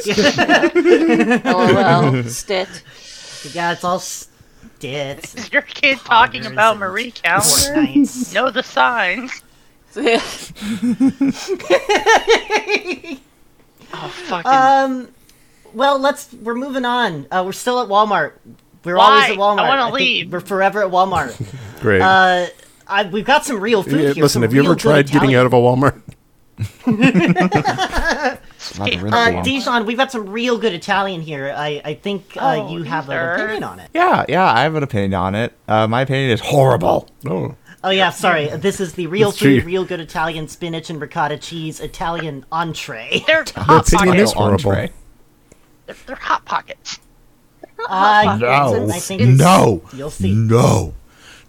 [SPEAKER 3] stit.
[SPEAKER 4] yeah, it's all stits.
[SPEAKER 2] Is your kid talking about Marie Calendar?
[SPEAKER 4] Nice.
[SPEAKER 2] know the signs. Oh, fucking.
[SPEAKER 4] Um, well, let's. We're moving on. Uh, we're still at Walmart. We're
[SPEAKER 2] Why?
[SPEAKER 4] always at Walmart.
[SPEAKER 2] I wanna
[SPEAKER 4] think
[SPEAKER 2] leave.
[SPEAKER 4] We're forever at Walmart.
[SPEAKER 1] Great.
[SPEAKER 4] uh, I, we've got some real food
[SPEAKER 1] Yeah,
[SPEAKER 4] here.
[SPEAKER 1] listen, have you ever tried getting out of a Walmart?
[SPEAKER 6] Not the
[SPEAKER 4] Uh,
[SPEAKER 6] original one.
[SPEAKER 4] Dijon, we've got some real good Italian here. I, I think uh, you have
[SPEAKER 2] Oh, sure?
[SPEAKER 4] an opinion on it.
[SPEAKER 6] yeah, yeah, I have an opinion on it. Uh, my opinion is horrible.
[SPEAKER 1] No.
[SPEAKER 4] Oh yeah, sorry. This is the real
[SPEAKER 1] That's true.
[SPEAKER 4] food, real good Italian spinach and ricotta cheese Italian entree.
[SPEAKER 2] they're
[SPEAKER 1] Your
[SPEAKER 2] hot
[SPEAKER 1] opinion
[SPEAKER 2] pockets.
[SPEAKER 1] is horrible.
[SPEAKER 6] Entree.
[SPEAKER 2] They're, they're hot pockets.
[SPEAKER 4] Uh,
[SPEAKER 6] No.
[SPEAKER 4] I think it's-
[SPEAKER 6] No.
[SPEAKER 4] You'll see.
[SPEAKER 6] No.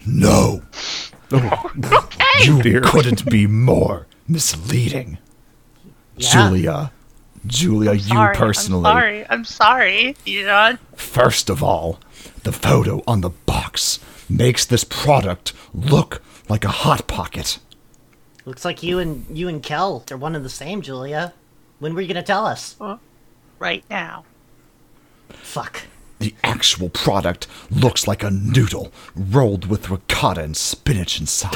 [SPEAKER 6] No.
[SPEAKER 2] Okay.
[SPEAKER 6] You
[SPEAKER 1] Dear.
[SPEAKER 6] couldn't be more misleading.
[SPEAKER 4] Yeah.
[SPEAKER 6] Julia. Julia, you
[SPEAKER 2] sorry,
[SPEAKER 6] personally.
[SPEAKER 2] I'm sorry. I'm sorry, Dijon.
[SPEAKER 6] First of all, the photo on the box makes this product look like a hot pocket.
[SPEAKER 4] Looks like you and you and Kel are one and the same, Julia. When were you gonna tell us?
[SPEAKER 2] Right now.
[SPEAKER 4] Fuck.
[SPEAKER 6] The actual product looks like a noodle rolled with ricotta and spinach inside.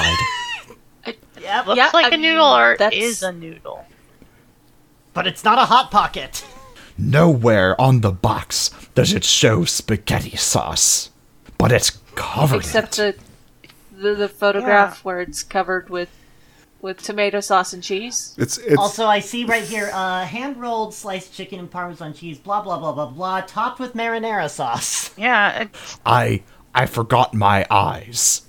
[SPEAKER 4] Yep.
[SPEAKER 2] Looks
[SPEAKER 3] Yeah,
[SPEAKER 2] like
[SPEAKER 3] I
[SPEAKER 2] a noodle
[SPEAKER 3] mean,
[SPEAKER 2] or
[SPEAKER 3] that's-
[SPEAKER 2] is a noodle.
[SPEAKER 4] But it's not a hot pocket.
[SPEAKER 6] Nowhere on the box does it show spaghetti sauce, but it's covered
[SPEAKER 3] Except
[SPEAKER 6] in it.
[SPEAKER 3] the, the, the photograph where it's covered with, with tomato sauce and cheese.
[SPEAKER 1] It's it's
[SPEAKER 4] Also, I see right here, uh, hand rolled sliced chicken and parmesan cheese, blah blah blah blah blah, topped with marinara sauce.
[SPEAKER 2] Yeah. It's,
[SPEAKER 6] I I forgot my eyes.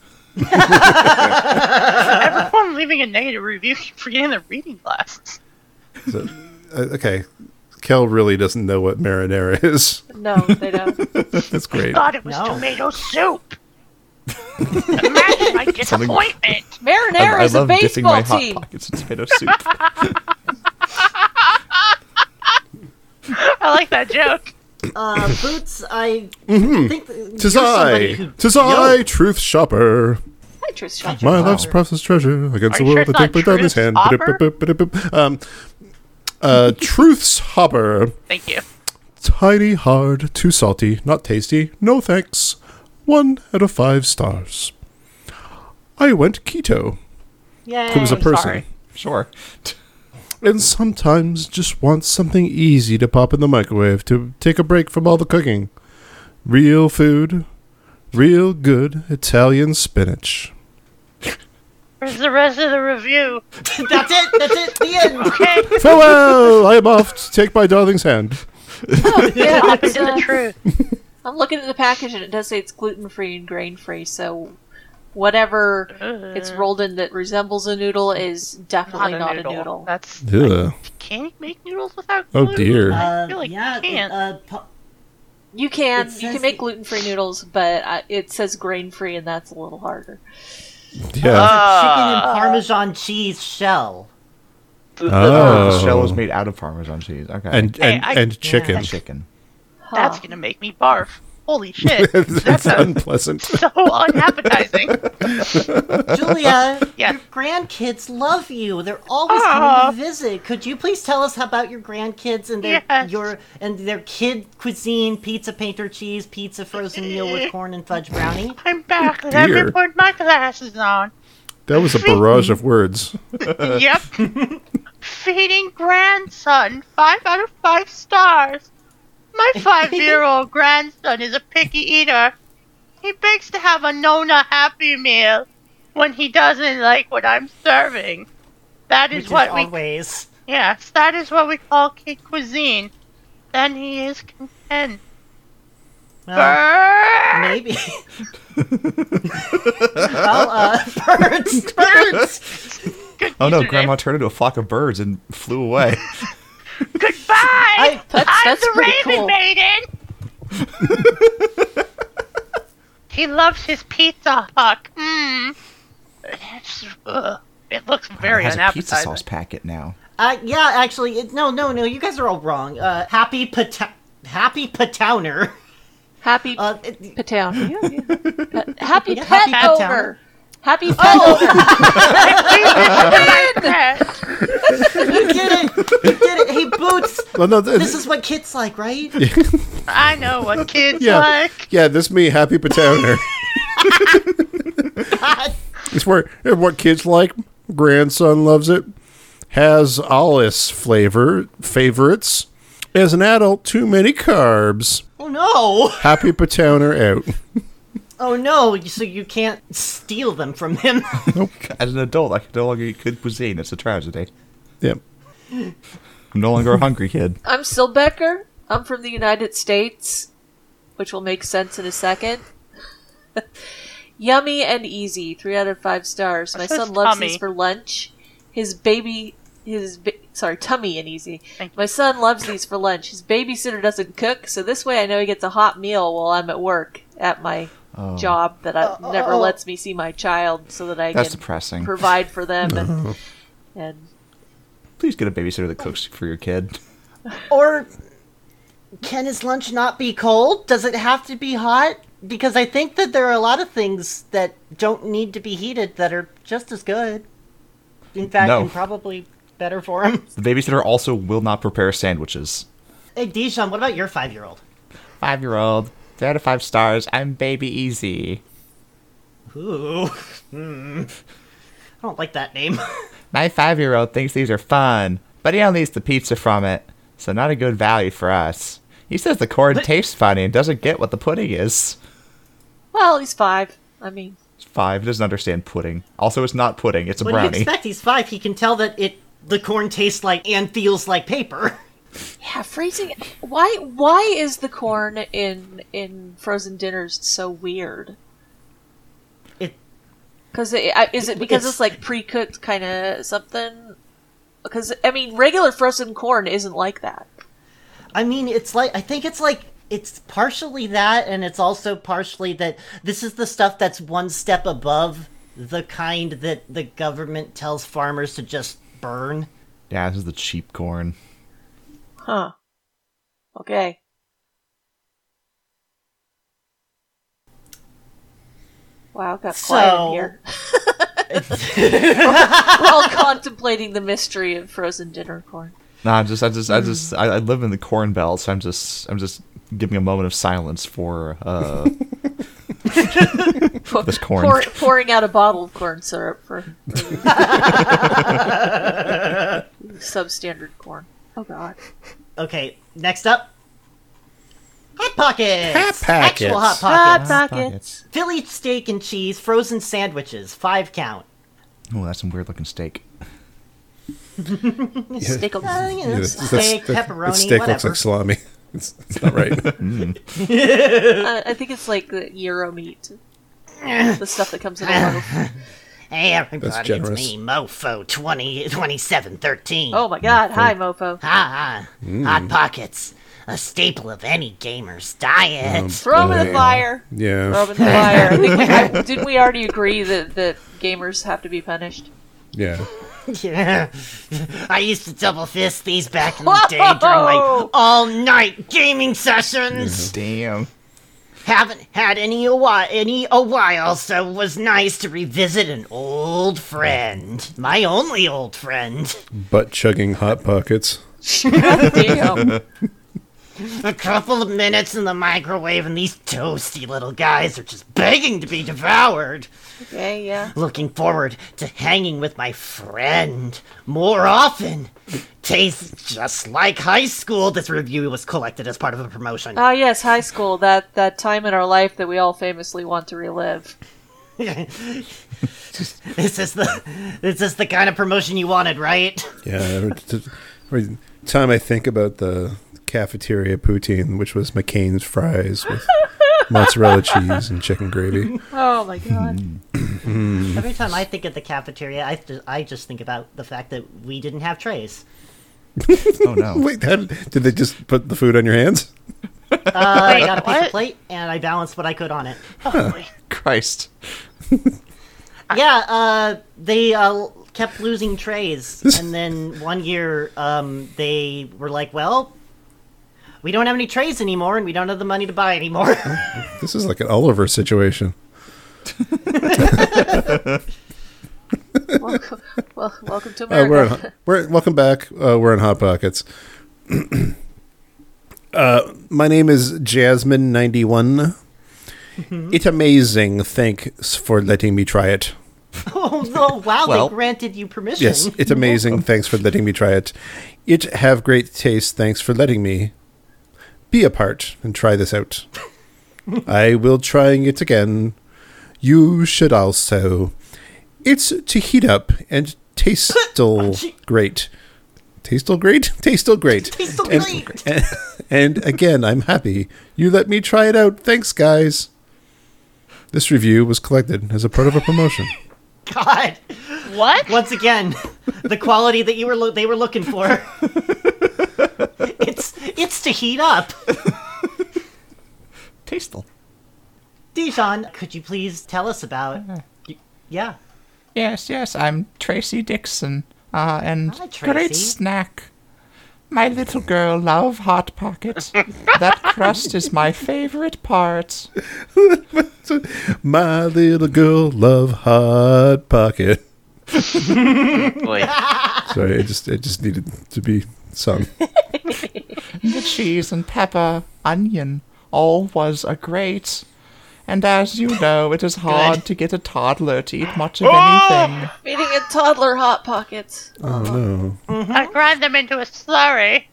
[SPEAKER 2] everyone leaving a negative review for getting their reading glasses.
[SPEAKER 1] uh, okay. Kel really doesn't know what marinara is.
[SPEAKER 3] No, they don't.
[SPEAKER 1] That's great.
[SPEAKER 2] Thought it was
[SPEAKER 4] No.
[SPEAKER 2] tomato soup. Imagine my disappointment.
[SPEAKER 3] Marinara is a baseball team.
[SPEAKER 6] pockets in tomato soup.
[SPEAKER 2] I like that joke.
[SPEAKER 4] Uh, Boots, I think th-
[SPEAKER 1] Mm-hmm. Tis
[SPEAKER 4] you're somebody
[SPEAKER 1] I,
[SPEAKER 4] who-
[SPEAKER 1] tis
[SPEAKER 4] Yo,
[SPEAKER 1] I, truth shopper.
[SPEAKER 3] Hi, Tristan.
[SPEAKER 1] My life's precious treasure against
[SPEAKER 2] Are
[SPEAKER 1] the
[SPEAKER 2] you
[SPEAKER 1] world.
[SPEAKER 2] sure
[SPEAKER 1] I take
[SPEAKER 2] it's
[SPEAKER 1] my
[SPEAKER 2] not
[SPEAKER 1] diamond's
[SPEAKER 2] Truth
[SPEAKER 1] hand.
[SPEAKER 2] Hopper?
[SPEAKER 1] Um, uh, truth's hopper.
[SPEAKER 2] Thank you.
[SPEAKER 1] Tiny, hard, too salty, not tasty, no thanks. One out of five stars. I went keto.
[SPEAKER 4] Yay.
[SPEAKER 1] Comes a person.
[SPEAKER 2] sorry.
[SPEAKER 6] sure.
[SPEAKER 1] And sometimes just want something easy to pop in the microwave to take a break from all the cooking. Real food, real good Italian spinach.
[SPEAKER 2] Where's the rest of the review?
[SPEAKER 4] That's it. That's it. The end.
[SPEAKER 2] Okay,
[SPEAKER 1] Farewell! I am off to take my darling's hand.
[SPEAKER 3] Yeah, uh,
[SPEAKER 2] open to the truth.
[SPEAKER 3] I'm looking at the package and it does say it's gluten free and grain free, so whatever it's rolled in that resembles a noodle is definitely Uh. not, a, noodle.
[SPEAKER 2] That's
[SPEAKER 1] Ugh.
[SPEAKER 2] can you make noodles without?
[SPEAKER 1] Oh,
[SPEAKER 2] gluten?
[SPEAKER 1] dear.
[SPEAKER 2] I
[SPEAKER 4] Uh,
[SPEAKER 2] feel like you
[SPEAKER 4] yeah, it,
[SPEAKER 2] can't.
[SPEAKER 4] uh, po-
[SPEAKER 3] You can
[SPEAKER 4] It
[SPEAKER 3] you
[SPEAKER 4] says
[SPEAKER 3] can make
[SPEAKER 4] it-
[SPEAKER 3] gluten free noodles, but uh, it says grain free, and that's a little harder.
[SPEAKER 1] Yeah.
[SPEAKER 4] chicken and
[SPEAKER 1] Ah.
[SPEAKER 4] Parmesan cheese shell.
[SPEAKER 3] uh,
[SPEAKER 6] Oh, the shell is
[SPEAKER 1] Oh.
[SPEAKER 6] made out of Parmesan cheese. Okay.
[SPEAKER 1] And
[SPEAKER 2] Hey,
[SPEAKER 1] and,
[SPEAKER 2] I-
[SPEAKER 1] and chicken.
[SPEAKER 6] And chicken.
[SPEAKER 2] That's gonna make me barf. Holy shit!
[SPEAKER 1] That's
[SPEAKER 2] That's sounds
[SPEAKER 1] unpleasant.
[SPEAKER 2] so unappetizing.
[SPEAKER 4] Julia,
[SPEAKER 2] Yeah.
[SPEAKER 4] your grandkids love you. They're always
[SPEAKER 2] Aw.
[SPEAKER 4] coming to visit. Could you please tell us about your grandkids and their
[SPEAKER 2] Yes.
[SPEAKER 4] your and their kid cuisine, pizza painter cheese, pizza frozen meal with corn and fudge brownie?
[SPEAKER 2] I'm back. Let me
[SPEAKER 1] Dear.
[SPEAKER 2] put my glasses on.
[SPEAKER 1] That was a barrage of words.
[SPEAKER 2] Yep. Feeding grandson five out of five stars. My five year old grandson is a picky eater. He begs to have a Nona Happy Meal when he doesn't like what I'm serving. That
[SPEAKER 4] Which
[SPEAKER 2] is
[SPEAKER 4] is
[SPEAKER 2] what we
[SPEAKER 4] always
[SPEAKER 2] Yes, that is what we call kid cuisine. Then he is content.
[SPEAKER 4] well,
[SPEAKER 2] Brrrr.
[SPEAKER 4] maybe. well, uh, birds, birds.
[SPEAKER 2] Good
[SPEAKER 6] Oh no,
[SPEAKER 2] username.
[SPEAKER 6] Grandma turned into a flock of birds and flew away.
[SPEAKER 2] Goodbye! I,
[SPEAKER 3] That's
[SPEAKER 2] am
[SPEAKER 3] that's
[SPEAKER 2] the
[SPEAKER 3] pretty
[SPEAKER 2] Raven
[SPEAKER 3] cool.
[SPEAKER 2] Maiden! he loves his pizza hook. Mmm. It's- ugh. uh, It looks very
[SPEAKER 6] it has a pizza
[SPEAKER 2] unappetizing.
[SPEAKER 6] sauce packet now.
[SPEAKER 4] Uh, yeah, actually, it, no, no, no. You guys are all wrong. Uh, happy pata- happy patowner.
[SPEAKER 3] Happy
[SPEAKER 4] Uh, it-
[SPEAKER 3] pet owner. Yeah, yeah. Pet- happy
[SPEAKER 4] Yeah,
[SPEAKER 3] pet
[SPEAKER 4] happy pet
[SPEAKER 3] owner.
[SPEAKER 4] owner.
[SPEAKER 3] Happy pet
[SPEAKER 4] oh,
[SPEAKER 3] owner.
[SPEAKER 2] Yes.
[SPEAKER 4] he did it. He did it. Hey, boots.
[SPEAKER 1] Well, no, th-
[SPEAKER 4] This is what kids like, right?
[SPEAKER 2] I know what kids
[SPEAKER 1] Yeah.
[SPEAKER 2] like.
[SPEAKER 1] yeah, this me, Happy Patowner. it's where what kids like. Grandson loves it. Has all his flavor favorites. As an adult, too many carbs.
[SPEAKER 4] Oh no!
[SPEAKER 1] Happy Patowner out.
[SPEAKER 4] Oh no! So you can't steal them from him.
[SPEAKER 6] As an adult, I can no longer eat good cuisine. It's a tragedy.
[SPEAKER 1] Yep.
[SPEAKER 6] I'm no longer a hungry kid.
[SPEAKER 3] I'm Silbecker. I'm from the United States, which will make sense in a second. Yummy and easy. Three out of five stars. My
[SPEAKER 2] That says
[SPEAKER 3] son loves
[SPEAKER 2] tummy.
[SPEAKER 3] these for lunch. His baby, his ba- sorry, tummy and easy.
[SPEAKER 2] Thank you.
[SPEAKER 3] My son loves these for lunch. His babysitter doesn't cook, so this way I know he gets a hot meal while I'm at work at my
[SPEAKER 6] Oh.
[SPEAKER 3] job that I, never lets me see my child, so that I
[SPEAKER 6] That's
[SPEAKER 3] can
[SPEAKER 6] depressing.
[SPEAKER 3] provide for them and, and
[SPEAKER 6] Please get a babysitter that cooks for your kid.
[SPEAKER 4] or can his lunch not be cold? Does it have to be hot? Because I think that there are a lot of things that don't need to be heated that are just as good. In fact,
[SPEAKER 6] No.
[SPEAKER 4] and probably better for him.
[SPEAKER 6] The babysitter also will not prepare sandwiches.
[SPEAKER 4] Hey, Dijon, what about your five-year-old?
[SPEAKER 6] Five year old, three out of five stars. I'm baby easy.
[SPEAKER 4] Ooh. Hmm. I don't like that name.
[SPEAKER 6] My five year old thinks these are fun, but he only eats the pizza from it, so not a good value for us. He says the corn tastes funny and doesn't get what the pudding is.
[SPEAKER 3] well, he's five. I mean,
[SPEAKER 6] It's Five he doesn't understand pudding. Also, it's not pudding; it's a
[SPEAKER 4] What do you
[SPEAKER 6] brownie.
[SPEAKER 4] expect? He's five. He can tell that it the corn tastes like and feels like paper.
[SPEAKER 3] Yeah, freezing. Why? Why is the corn in in frozen dinners so weird?
[SPEAKER 4] It
[SPEAKER 3] Because is it because it's,
[SPEAKER 4] It's-
[SPEAKER 3] like pre cooked kind of something? Because I mean, regular frozen corn isn't like that.
[SPEAKER 4] I mean, it's like I think it's like it's partially that, and it's also partially that this is the stuff that's one step above the kind that the government tells farmers to just burn.
[SPEAKER 6] Yeah, this is the cheap corn.
[SPEAKER 3] Huh. Okay. Wow, it got quiet
[SPEAKER 4] So-
[SPEAKER 3] in here. We're all contemplating the mystery of frozen dinner corn.
[SPEAKER 6] Nah, I just, I just, I just, I, I live in the corn belt, so I'm just, I'm just giving a moment of silence for uh, this corn.
[SPEAKER 3] Pour, pouring out a bottle of corn syrup for substandard corn. Oh god.
[SPEAKER 4] Okay, next up, hot pockets.
[SPEAKER 1] Hot
[SPEAKER 4] Actual hot
[SPEAKER 1] Pockets.
[SPEAKER 4] pockets.
[SPEAKER 3] Hot pockets.
[SPEAKER 6] Pockets.
[SPEAKER 4] Philly steak and cheese, frozen sandwiches, five count.
[SPEAKER 6] Oh, that's some weird looking steak.
[SPEAKER 3] Stick 'em.
[SPEAKER 4] Uh, you know,
[SPEAKER 1] Yeah, that's-
[SPEAKER 4] steak,
[SPEAKER 1] that- that
[SPEAKER 4] pepperoni,
[SPEAKER 1] steak
[SPEAKER 4] whatever.
[SPEAKER 1] looks like salami. It's, it's not right.
[SPEAKER 3] Uh, I think it's like the gyro meat. the stuff that comes in a loaf.
[SPEAKER 4] Hey, everybody, it's
[SPEAKER 1] generous.
[SPEAKER 4] me, Mofo 20, 2713.
[SPEAKER 3] Oh my god, hi mofo.
[SPEAKER 4] Ah, ah.
[SPEAKER 1] Mm.
[SPEAKER 4] Hot Pockets, a staple of any gamer's
[SPEAKER 1] Um,
[SPEAKER 4] diet.
[SPEAKER 3] Throw him in the fire. Throw him
[SPEAKER 1] Yeah.
[SPEAKER 3] in the fire. I think we, I, didn't we already agree that, that gamers have to be punished?
[SPEAKER 1] Yeah.
[SPEAKER 4] Yeah. I used to double fist these back in the day during my all night gaming sessions.
[SPEAKER 6] Damn.
[SPEAKER 4] Haven't had any a while, any a while, so it was nice to revisit an old friend. My only old friend.
[SPEAKER 1] Butt chugging hot pockets.
[SPEAKER 3] Damn.
[SPEAKER 4] A couple of minutes in the microwave, and these toasty little guys are just begging to be devoured.
[SPEAKER 3] Okay, yeah.
[SPEAKER 4] Looking forward to hanging with my friend more often. Tastes just like high school. This review was collected as part of a promotion.
[SPEAKER 3] Ah, yes, high school. That that time in our life that we all famously want to relive.
[SPEAKER 4] this is the this is the kind of promotion you wanted, right?
[SPEAKER 1] Yeah. Every, t- every time I think about the cafeteria poutine, which was McCain's fries with mozzarella cheese and chicken gravy.
[SPEAKER 3] Oh my god.
[SPEAKER 4] Every time I think of the cafeteria, I th- I just think about the fact that we didn't have trays.
[SPEAKER 6] Oh no.
[SPEAKER 1] Wait, how, did did they just put the food on your hands?
[SPEAKER 4] Uh, I got a piece
[SPEAKER 2] what?
[SPEAKER 4] of plate and I balanced what I could on it.
[SPEAKER 6] Christ.
[SPEAKER 4] Yeah, uh, they uh, kept losing trays, and then one year um, they were like, "Well, we don't have any trays anymore, and we don't have the money to buy anymore."
[SPEAKER 1] This is like an Oliver situation.
[SPEAKER 3] Welcome, well, welcome to
[SPEAKER 1] Uh,
[SPEAKER 3] America.
[SPEAKER 1] we're in, we're welcome back. Uh, we're in hot pockets. uh, my name is Jasmine ninety one. It's amazing. Thanks for letting me try it.
[SPEAKER 4] oh no! Wow,
[SPEAKER 6] Well-
[SPEAKER 4] they granted you permission.
[SPEAKER 1] Yes, it's amazing. Thanks for letting me try it. It have great taste. Thanks for letting me be a part and try this out. I will trying it again. You should also. It's to heat up and taste still great. Taste still great. Taste still great.
[SPEAKER 4] Taste still
[SPEAKER 1] And-
[SPEAKER 4] great.
[SPEAKER 1] And, and again, I'm happy you let me try it out. Thanks, guys. This review was collected as a part of a promotion.
[SPEAKER 4] God,
[SPEAKER 2] What?
[SPEAKER 4] once again, the quality that you were lo- they were looking for. it's it's to heat up.
[SPEAKER 6] Tasteful.
[SPEAKER 4] Dijon, could you please tell us about? y- Yeah.
[SPEAKER 6] Yes, yes, I'm Tracy Dixon. Ah, and
[SPEAKER 4] Hi, Tracy.
[SPEAKER 6] great snack. My little girl love hot pockets. that crust is my favorite part.
[SPEAKER 1] My little girl love hot pocket.
[SPEAKER 2] Boy.
[SPEAKER 1] Sorry, it just it just needed to be sung.
[SPEAKER 6] The cheese and pepper, onion, all was a great. And as you know, it is hard to get a toddler to eat much of anything.
[SPEAKER 3] Meeting a toddler hot pockets.
[SPEAKER 1] Oh no.
[SPEAKER 2] I grind them into a slurry.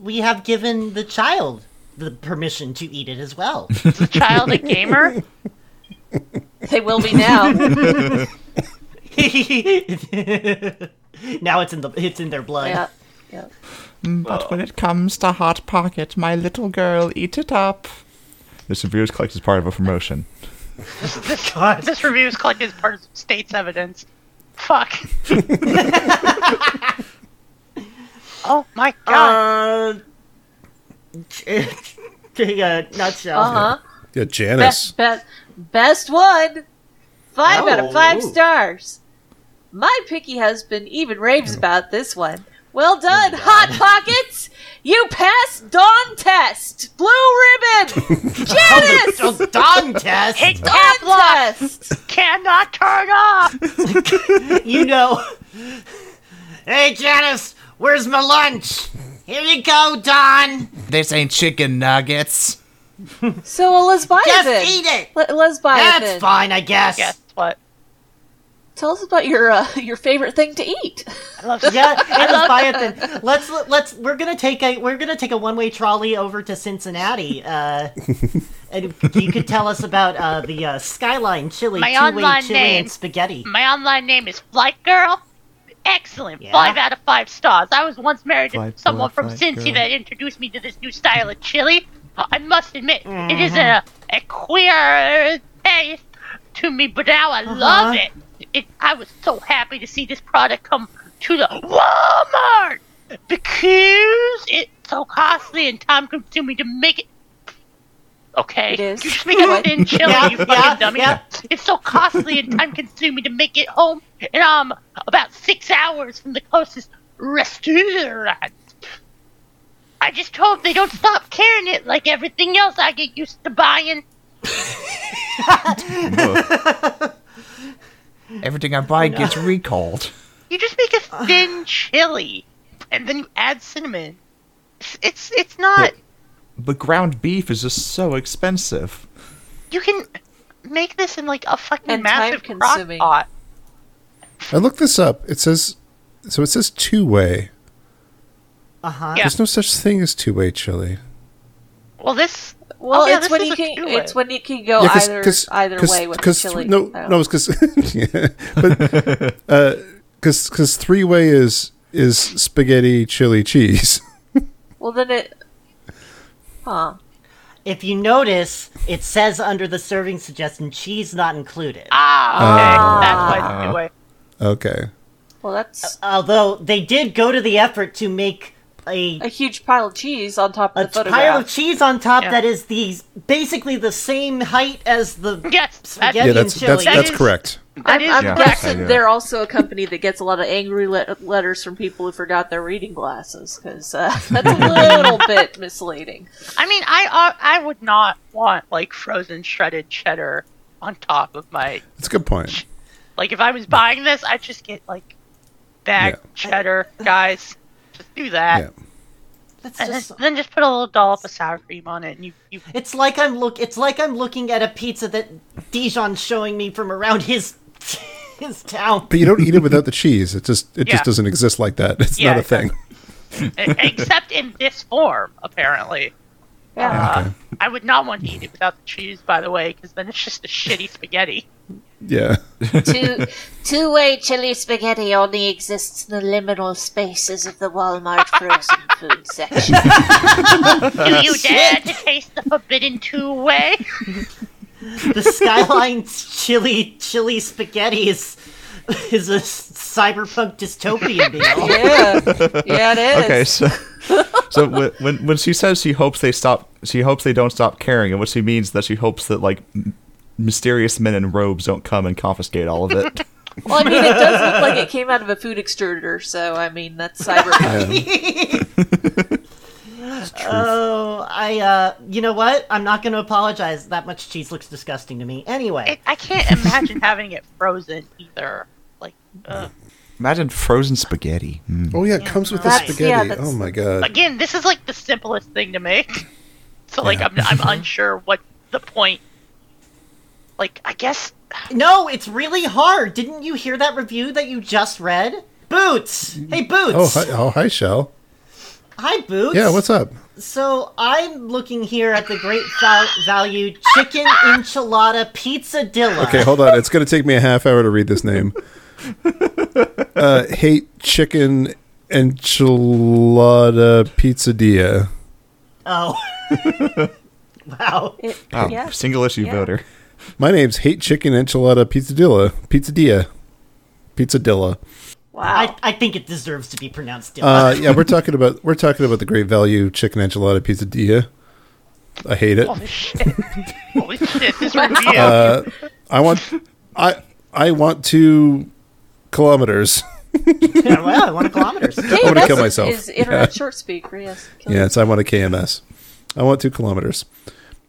[SPEAKER 4] we have given the child the permission to eat it as well.
[SPEAKER 2] The child a gamer?
[SPEAKER 3] They will be now.
[SPEAKER 4] now it's in the it's in their blood.
[SPEAKER 3] yeah. Yeah.
[SPEAKER 6] But when it comes to Hot Pocket, my little girl, eat it up. This review is collected as part of a promotion.
[SPEAKER 4] God.
[SPEAKER 2] This review is collected as part of state's evidence. Fuck. oh my god.
[SPEAKER 4] Uh, take a nutshell.
[SPEAKER 2] Uh-huh.
[SPEAKER 3] Uh huh.
[SPEAKER 1] Yeah, Janice.
[SPEAKER 3] Best, best, best one. Five out
[SPEAKER 4] Oh.
[SPEAKER 3] of five stars. My picky husband even raves
[SPEAKER 1] Hmm.
[SPEAKER 3] about this one. Well done, Hot Pockets! You passed Dawn Test! Blue Ribbon! Janice!
[SPEAKER 4] Oh, Don test.
[SPEAKER 3] Dawn Test!
[SPEAKER 2] Cannot turn off.
[SPEAKER 4] You know. Hey Janice, where's my lunch? Here you go, Don.
[SPEAKER 5] This ain't chicken nuggets.
[SPEAKER 3] So a lesbian.
[SPEAKER 4] Just eat it.
[SPEAKER 3] Le- lesbian.
[SPEAKER 4] That's fine, I guess.
[SPEAKER 2] Guess what?
[SPEAKER 3] Tell us about your uh, your favorite thing to eat.
[SPEAKER 2] I love
[SPEAKER 4] Yeah, it was Biathan. Let's let's we're gonna take a we're gonna take a one way trolley over to Cincinnati, uh, and you could tell us about uh, the uh, skyline chili,
[SPEAKER 2] My
[SPEAKER 4] two way
[SPEAKER 2] online
[SPEAKER 4] chili,
[SPEAKER 2] name.
[SPEAKER 4] and spaghetti.
[SPEAKER 2] My online name is Flight Girl. Excellent.
[SPEAKER 4] Yeah.
[SPEAKER 2] Five out of five stars. I was once married
[SPEAKER 6] Flight
[SPEAKER 2] to someone
[SPEAKER 6] Girl,
[SPEAKER 2] from
[SPEAKER 6] Flight
[SPEAKER 2] Cincy
[SPEAKER 6] Girl.
[SPEAKER 2] that introduced me to this new
[SPEAKER 6] Mm-hmm.
[SPEAKER 2] style of chili. I must admit, it is a, a queer taste to me, but now
[SPEAKER 6] Uh-huh.
[SPEAKER 2] I love it. it. I was so happy to see this product come to the Walmart because it's so costly and time consuming to make it. Okay,
[SPEAKER 3] It is.
[SPEAKER 2] you just make a
[SPEAKER 3] What?
[SPEAKER 2] thin chili,
[SPEAKER 4] Yeah,
[SPEAKER 2] you
[SPEAKER 4] yeah,
[SPEAKER 2] fucking dummy.
[SPEAKER 4] yeah.
[SPEAKER 2] It's so costly and time consuming to make it home, and I'm about six hours from the closest restaurant. I just hope they don't stop carrying it like everything else I get used to buying.
[SPEAKER 6] Everything I buy gets recalled.
[SPEAKER 2] You just make a thin chili, and then you add cinnamon. It's it's, it's not.
[SPEAKER 6] But ground beef is just so expensive.
[SPEAKER 2] You can make this in like a fucking
[SPEAKER 3] And
[SPEAKER 2] massive crock
[SPEAKER 3] time-consuming.
[SPEAKER 2] pot.
[SPEAKER 1] I looked this up. It says so. It says two way.
[SPEAKER 3] Uh-huh.
[SPEAKER 2] Yeah.
[SPEAKER 1] There's no such thing as two way chili.
[SPEAKER 2] Well, this. Well,
[SPEAKER 3] Well,
[SPEAKER 2] yeah,
[SPEAKER 3] it's
[SPEAKER 2] this
[SPEAKER 3] when
[SPEAKER 2] is
[SPEAKER 3] you
[SPEAKER 2] a
[SPEAKER 3] can.
[SPEAKER 2] two-way.
[SPEAKER 3] It's when you can go Oh, either either way with Oh.
[SPEAKER 1] cause
[SPEAKER 3] chili.
[SPEAKER 1] th- no,
[SPEAKER 3] so.
[SPEAKER 1] no, it's because but uh, because because three way is is spaghetti chili cheese.
[SPEAKER 3] Well, then it. Huh.
[SPEAKER 4] If you notice, it says under the serving suggestion, cheese not included.
[SPEAKER 2] Ah, okay, that's
[SPEAKER 4] Uh,
[SPEAKER 2] why it's a two-way.
[SPEAKER 1] Okay,
[SPEAKER 3] Well, that's
[SPEAKER 4] Although they did go to the effort to make a
[SPEAKER 3] a huge pile of cheese on top of
[SPEAKER 4] a
[SPEAKER 3] the photograph.
[SPEAKER 4] pile of cheese on top
[SPEAKER 2] Yeah.
[SPEAKER 4] that is the basically the same height as the
[SPEAKER 2] Yes, that's,
[SPEAKER 4] Spaghetti
[SPEAKER 1] yeah,
[SPEAKER 4] Indian
[SPEAKER 1] that's that's
[SPEAKER 4] chili. That
[SPEAKER 1] that's
[SPEAKER 2] is-
[SPEAKER 1] correct.
[SPEAKER 2] that is
[SPEAKER 3] I'm
[SPEAKER 6] Yeah.
[SPEAKER 3] guessing
[SPEAKER 6] Yeah.
[SPEAKER 3] they're also a company that gets a lot of angry le- letters from people who forgot their reading glasses because uh, that's a little bit misleading.
[SPEAKER 2] I mean, I uh, I would not want like frozen shredded cheddar on top of my
[SPEAKER 1] That's a good point.
[SPEAKER 2] like. If I was buying this, I'd just get like bag
[SPEAKER 1] Yeah.
[SPEAKER 2] cheddar, guys. Just do that,
[SPEAKER 1] Yeah,
[SPEAKER 4] That's
[SPEAKER 2] and then,
[SPEAKER 4] just-
[SPEAKER 2] then just put a little dollop of sour cream on it, and you you
[SPEAKER 4] it's like I'm look it's like I'm looking at a pizza that Dijon's showing me from around his his town.
[SPEAKER 1] but you don't eat it without the cheese. It just it
[SPEAKER 2] Yeah.
[SPEAKER 1] just doesn't exist like that. It's
[SPEAKER 2] Yeah,
[SPEAKER 1] not a thing.
[SPEAKER 2] e, except in this form, apparently.
[SPEAKER 3] Yeah.
[SPEAKER 2] Uh, I would not want to eat it without the cheese, by the way, because then it's just a shitty spaghetti.
[SPEAKER 1] Yeah.
[SPEAKER 8] Two two way chili spaghetti only exists in the liminal spaces of the Walmart frozen food section.
[SPEAKER 1] Oh,
[SPEAKER 2] Do you dare to taste the forbidden two way?
[SPEAKER 4] The skyline chili chili spaghetti is is a cyberpunk dystopian meal.
[SPEAKER 3] Yeah. Yeah, it is.
[SPEAKER 6] Okay, so so wh- when when she says she hopes they stop, she hopes they don't stop caring, and what she means is that she hopes that like m- mysterious men in robes don't come and confiscate all of it.
[SPEAKER 3] Well, I mean, it does look like it came out of a food extruder, so I mean, that's cyber.
[SPEAKER 4] Oh, I, uh, you know what? I'm not going to apologize. That much cheese looks disgusting to me.
[SPEAKER 2] It,
[SPEAKER 4] Anyway,
[SPEAKER 2] I can't imagine having it frozen either. Like, ugh.
[SPEAKER 6] Imagine frozen spaghetti.
[SPEAKER 1] Oh yeah, it comes with the
[SPEAKER 3] That's- yeah,
[SPEAKER 1] spaghetti.
[SPEAKER 3] that's-
[SPEAKER 1] oh my god.
[SPEAKER 2] again, this is like the simplest thing to make. So, like, I'm, I'm unsure what the point. Like, I guess
[SPEAKER 4] no, it's really hard. Didn't you hear that review that you just read? Boots! Hey, Boots!
[SPEAKER 1] Oh hi, oh hi, Shell.
[SPEAKER 4] Hi, Boots!
[SPEAKER 1] Yeah, what's up?
[SPEAKER 4] So, I'm looking here at the Great val- Value Chicken Enchilada Pizza Dilla.
[SPEAKER 1] Okay, hold on. It's going to take me a half hour to read this name. Uh, hate chicken enchilada pizzadilla.
[SPEAKER 4] Oh. wow.
[SPEAKER 3] It-
[SPEAKER 6] Oh,
[SPEAKER 3] yeah.
[SPEAKER 6] single issue voter.
[SPEAKER 1] My name's hate chicken enchilada pizzadilla. Pizzadilla. Pizzadilla.
[SPEAKER 4] I,
[SPEAKER 3] Wow.
[SPEAKER 4] I think it deserves to be pronounced
[SPEAKER 1] Uh,
[SPEAKER 4] Dilla.
[SPEAKER 1] yeah, we're talking about we're talking about the great value chicken enchilada pizzadilla. I hate it.
[SPEAKER 2] holy shit, holy shit, this review.
[SPEAKER 1] I want I I want two kilometers.
[SPEAKER 4] Yeah, well, I want kilometers.
[SPEAKER 3] Hey,
[SPEAKER 1] gonna
[SPEAKER 3] that's-
[SPEAKER 1] kill myself.
[SPEAKER 3] Is internet short speak? Yes. kill
[SPEAKER 1] Yeah, it's I want a KMS. I want two kilometers.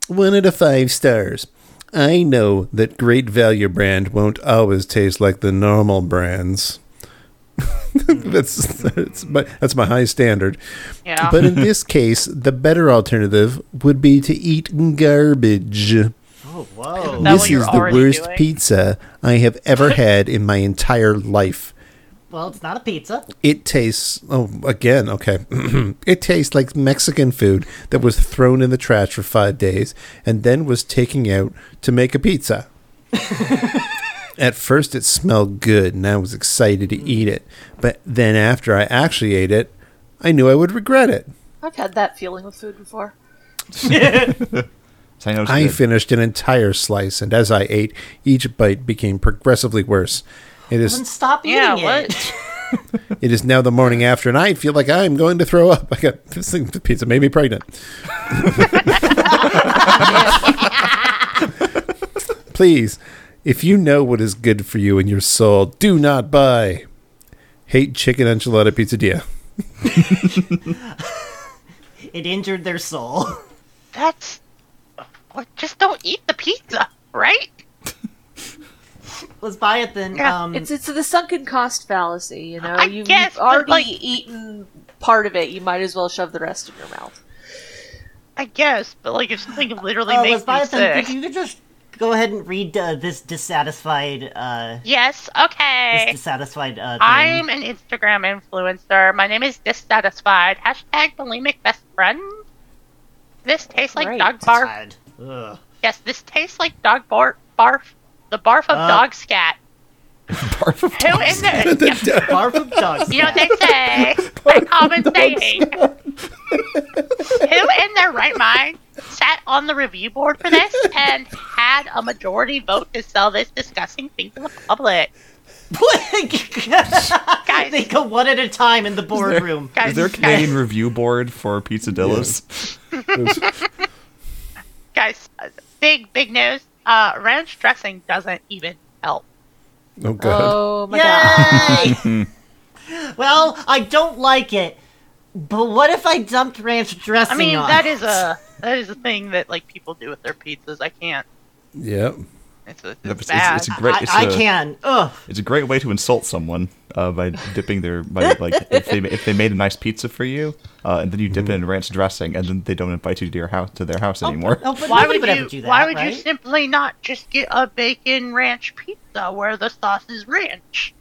[SPEAKER 1] One out of five stars. I know that great value brand won't always taste like the normal brands. that's that's my that's my high standard.
[SPEAKER 2] yeah.
[SPEAKER 1] But in this case, the better alternative would be to eat garbage.
[SPEAKER 4] Oh, whoa.
[SPEAKER 2] that
[SPEAKER 1] this
[SPEAKER 2] what you're
[SPEAKER 1] is the
[SPEAKER 2] already
[SPEAKER 1] worst
[SPEAKER 2] doing?
[SPEAKER 1] pizza I have ever had in my entire life.
[SPEAKER 4] Well, it's not a pizza.
[SPEAKER 1] It tastes, oh, again, okay. it tastes like Mexican food that was thrown in the trash for five days and then was taken out to make a pizza. At first, it smelled good and I was excited to eat it. But then, after I actually ate it, I knew I would regret it.
[SPEAKER 3] I've had that feeling with food before.
[SPEAKER 6] Say no
[SPEAKER 1] I
[SPEAKER 6] to good.
[SPEAKER 1] finished an entire slice, and as I ate, each bite became progressively worse. It
[SPEAKER 4] Then
[SPEAKER 1] is
[SPEAKER 4] stop eating
[SPEAKER 2] Yeah,
[SPEAKER 4] it.
[SPEAKER 2] what?
[SPEAKER 1] it is now the morning after, and I feel like I am going to throw up. I got this thing, the pizza made me pregnant. Please, if you know what is good for you and your soul, do not buy. Hate chicken enchilada pizzeria.
[SPEAKER 4] It injured their soul.
[SPEAKER 2] That's. What? Just don't eat the pizza, right?
[SPEAKER 4] Let's buy it then.
[SPEAKER 2] Yeah,
[SPEAKER 4] um,
[SPEAKER 3] It's it's the sunken cost fallacy, you know.
[SPEAKER 2] I
[SPEAKER 3] You've,
[SPEAKER 2] guess,
[SPEAKER 3] you've
[SPEAKER 2] but,
[SPEAKER 3] already
[SPEAKER 2] like-
[SPEAKER 3] eaten part of it. You might as well shove the rest in your mouth.
[SPEAKER 2] I guess, but like if something literally
[SPEAKER 4] uh, let's
[SPEAKER 2] makes
[SPEAKER 4] buy
[SPEAKER 2] me
[SPEAKER 4] it then.
[SPEAKER 2] sick.
[SPEAKER 4] If you could just go ahead and read uh, this dissatisfied, uh,
[SPEAKER 2] Yes,
[SPEAKER 4] this
[SPEAKER 2] okay.
[SPEAKER 4] dissatisfied uh, thing.
[SPEAKER 2] I'm an Instagram influencer. My name is Dissatisfied. Hashtag bulimic best friend. This tastes like
[SPEAKER 3] Great.
[SPEAKER 2] dog barf.
[SPEAKER 4] Satisfied. Ugh.
[SPEAKER 2] Yes, this tastes like dog barf. Barf. The barf of
[SPEAKER 4] Uh.
[SPEAKER 2] dog scat.
[SPEAKER 6] Barf of
[SPEAKER 2] Who in the? Yep,
[SPEAKER 4] Barf of dogs.
[SPEAKER 2] you know what they say. A common saying. Who in their right mind sat on the review board for this and had a majority vote to sell this disgusting thing to the public? Guys,
[SPEAKER 4] they go one at a time in the boardroom.
[SPEAKER 2] guys,
[SPEAKER 6] Is there a
[SPEAKER 2] guys,
[SPEAKER 6] Canadian review board for pizza dillas?
[SPEAKER 2] guys, uh, big big news. Uh, ranch dressing doesn't even help.
[SPEAKER 1] Oh god.
[SPEAKER 3] Oh my god.
[SPEAKER 4] Yay! well, I don't like it, but what if I dumped ranch dressing
[SPEAKER 2] I mean,
[SPEAKER 4] on
[SPEAKER 2] that
[SPEAKER 4] it?
[SPEAKER 2] is a that is a thing that like people do with their pizzas. I can't.
[SPEAKER 1] Yep.
[SPEAKER 2] It's, a, it's,
[SPEAKER 6] It's, it's,
[SPEAKER 2] bad.
[SPEAKER 6] it's a great.
[SPEAKER 4] I,
[SPEAKER 6] It's
[SPEAKER 4] I
[SPEAKER 6] a-
[SPEAKER 4] can. Ugh.
[SPEAKER 6] It's a great way to insult someone uh, by dipping their by like if they if they made a nice pizza for you uh, and then you dip it in ranch dressing and then they don't invite you to your house to their house
[SPEAKER 4] Oh,
[SPEAKER 6] anymore.
[SPEAKER 4] No, but
[SPEAKER 2] why
[SPEAKER 4] nobody
[SPEAKER 2] would
[SPEAKER 4] ever
[SPEAKER 2] you?
[SPEAKER 4] do that,
[SPEAKER 2] why would
[SPEAKER 4] right?
[SPEAKER 2] you simply not just get a bacon ranch pizza where the sauce is ranch?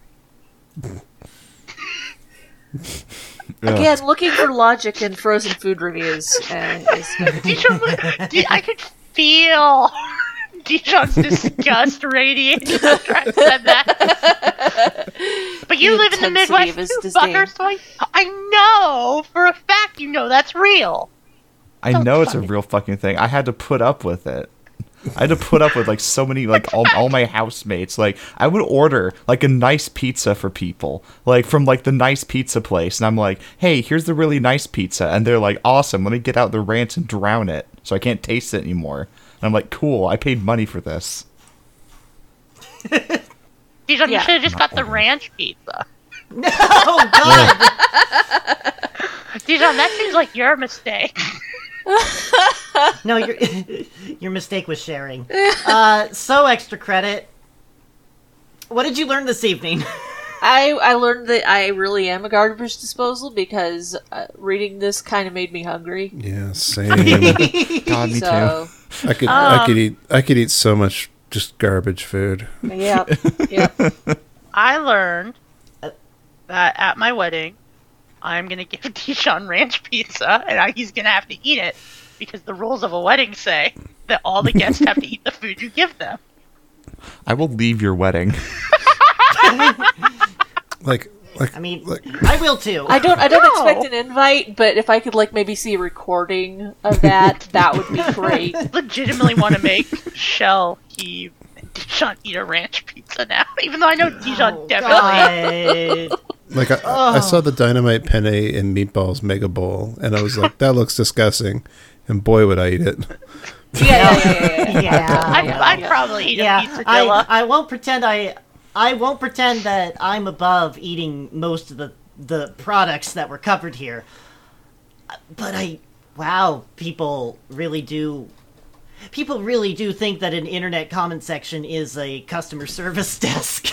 [SPEAKER 3] Again, looking for logic in frozen food reviews. Uh, is-
[SPEAKER 2] Dijon, Di- I could feel Dijon's disgust radiating after I said that. But you
[SPEAKER 3] The
[SPEAKER 2] live in the
[SPEAKER 3] intensity
[SPEAKER 2] Midwest
[SPEAKER 3] of his
[SPEAKER 2] too,
[SPEAKER 3] disdain.
[SPEAKER 2] fucker. So I, I know for a fact you know that's real.
[SPEAKER 6] I know it's a real fucking thing. I had to put up with it. I had to put up with like so many like all, all my housemates. Like I would order like a nice pizza for people, like from like the nice pizza place, and I'm like, "Hey, here's the really nice pizza," and they're like, "Awesome, let me get out the ranch and drown it, so I can't taste it anymore." And I'm like, "Cool, I paid money for this."
[SPEAKER 2] Dijon,
[SPEAKER 3] Yeah.
[SPEAKER 2] you should have just got the ranch pizza.
[SPEAKER 4] Oh God!
[SPEAKER 2] Dijon, that seems like your mistake.
[SPEAKER 4] no, your your mistake was sharing. Uh, so extra credit. What did you learn this evening?
[SPEAKER 3] I I learned that I really am a garbage disposal because uh, reading this kind of made me hungry.
[SPEAKER 1] Yeah, same.
[SPEAKER 6] God, me
[SPEAKER 3] so
[SPEAKER 1] I could I
[SPEAKER 4] Um,
[SPEAKER 1] could eat I could eat so much just garbage food.
[SPEAKER 3] yeah, yeah.
[SPEAKER 2] I learned that at my wedding, I'm gonna give Dijon ranch pizza, and I, he's gonna have to eat it because the rules of a wedding say that all the guests have to eat the food you give them.
[SPEAKER 6] too. I will leave your wedding.
[SPEAKER 1] Like like
[SPEAKER 4] I mean, I will too.
[SPEAKER 3] I don't I don't
[SPEAKER 2] No.
[SPEAKER 3] expect an invite, but if I could like maybe see a recording of that, that would be great.
[SPEAKER 2] Legitimately want to make Shell, Heave, and Dijon eat a ranch pizza now, even though I
[SPEAKER 4] Oh,
[SPEAKER 2] know Dijon definitely.
[SPEAKER 4] God.
[SPEAKER 1] Like I, I
[SPEAKER 4] oh.
[SPEAKER 1] saw the dynamite penne and meatballs mega bowl, and I was like, "That looks disgusting," and boy, would I eat it.
[SPEAKER 3] Yeah, yeah, yeah, yeah, yeah.
[SPEAKER 4] yeah.
[SPEAKER 2] I'd, I'd probably eat a
[SPEAKER 4] yeah,
[SPEAKER 2] pizza
[SPEAKER 4] I,
[SPEAKER 2] Dilla.
[SPEAKER 4] I won't pretend I I won't pretend that I'm above eating most of the the products that were covered here. But I wow, people really do people really do think that an internet comment section is a customer service desk.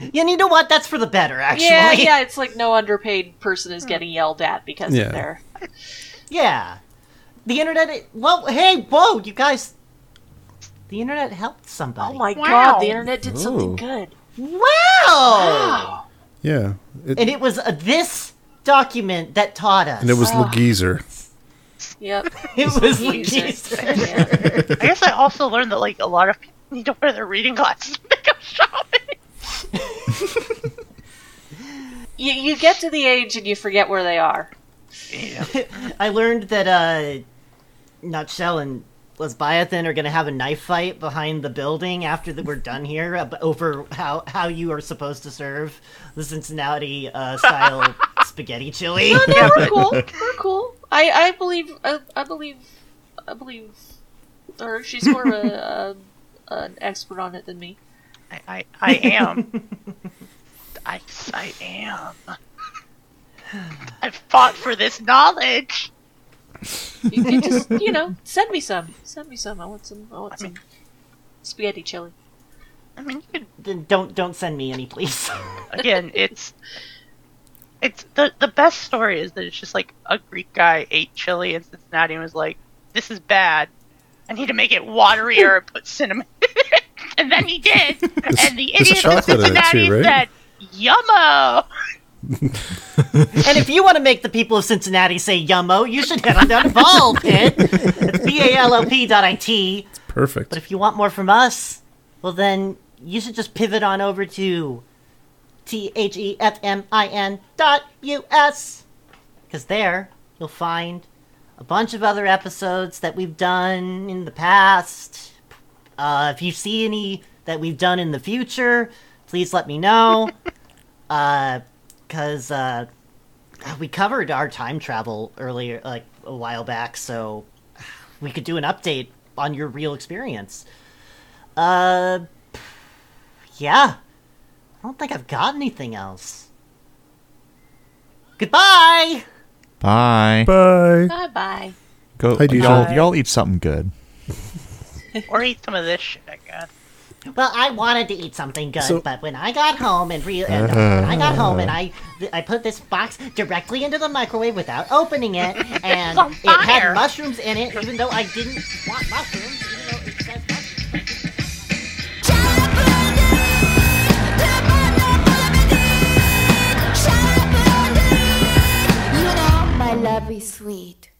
[SPEAKER 4] and you know what? That's for the better actually.
[SPEAKER 3] Yeah, yeah, it's like no underpaid person is getting yelled at because
[SPEAKER 1] Yeah.
[SPEAKER 3] of their
[SPEAKER 4] Yeah. The internet i- well, hey, whoa, you guys the internet helped
[SPEAKER 3] Oh
[SPEAKER 4] somebody.
[SPEAKER 3] my
[SPEAKER 2] Wow.
[SPEAKER 3] god, the internet did something
[SPEAKER 6] Ooh.
[SPEAKER 3] good.
[SPEAKER 4] wow.
[SPEAKER 1] Yeah, it,
[SPEAKER 4] And it was uh, this document that taught us.
[SPEAKER 1] and it was Le Geezer.
[SPEAKER 3] Yep.
[SPEAKER 4] It
[SPEAKER 3] Use
[SPEAKER 4] was like,
[SPEAKER 3] it.
[SPEAKER 4] Jesus.
[SPEAKER 3] Yeah.
[SPEAKER 2] I guess I also learned that like a lot of people need to wear their reading glasses to go shopping.
[SPEAKER 3] You you get to the age and you forget where they are.
[SPEAKER 4] I learned that uh, Nutshell and Lesbiathan are going to have a knife fight behind the building after that we're done here ab- over how, how you are supposed to serve the Cincinnati uh, style spaghetti chili.
[SPEAKER 7] no, we're cool. We're cool. I, I believe I, I believe I believe her. She's more of a, a an expert on it than me.
[SPEAKER 2] I, I, I am. I, I am. I've fought for this knowledge.
[SPEAKER 7] You can just you know send me some. Send me some. I want some. I want some spaghetti chili.
[SPEAKER 2] I mean, you could,
[SPEAKER 4] Then don't don't send me any, please.
[SPEAKER 2] again, it's it's the the best story is that it's just like a Greek guy ate chili in Cincinnati and was like, "This is bad. I need to make it waterier and put cinnamon." in it." and then he did, and the
[SPEAKER 1] there's a
[SPEAKER 2] idiot in
[SPEAKER 1] chocolate in it
[SPEAKER 2] Cincinnati
[SPEAKER 1] too, right?
[SPEAKER 2] said, "Yummo."
[SPEAKER 4] and if you want to make the people of Cincinnati say yummo, you should head on down to Ball Pit. It's B A L O P dot I T.
[SPEAKER 1] Perfect.
[SPEAKER 4] But if you want more from us, well then you should just pivot on over to T H E F M I N dot U S. Because there you'll find a bunch of other episodes that we've done in the past. Uh, if you see any that we've done in the future, please let me know. Because uh, we covered our time travel earlier, like a while back, so we could do an update on your real experience. Uh, yeah. I don't think I've got anything else. Goodbye!
[SPEAKER 6] Bye.
[SPEAKER 1] Bye.
[SPEAKER 7] Bye bye.
[SPEAKER 6] Go,
[SPEAKER 1] Hi, Diesel.
[SPEAKER 6] y'all, y'all eat something good.
[SPEAKER 2] Or eat some of this shit, I guess.
[SPEAKER 4] Well, I wanted to eat something good,
[SPEAKER 1] So-
[SPEAKER 4] but when I got home and real, and, uh, when I got home and I, th- I put this box directly into the microwave without opening it, and
[SPEAKER 2] on
[SPEAKER 4] it had
[SPEAKER 2] fire.
[SPEAKER 4] mushrooms in it, even though I didn't want mushrooms. Even though it says mushrooms. I didn't want mushrooms.
[SPEAKER 3] My love is sweet.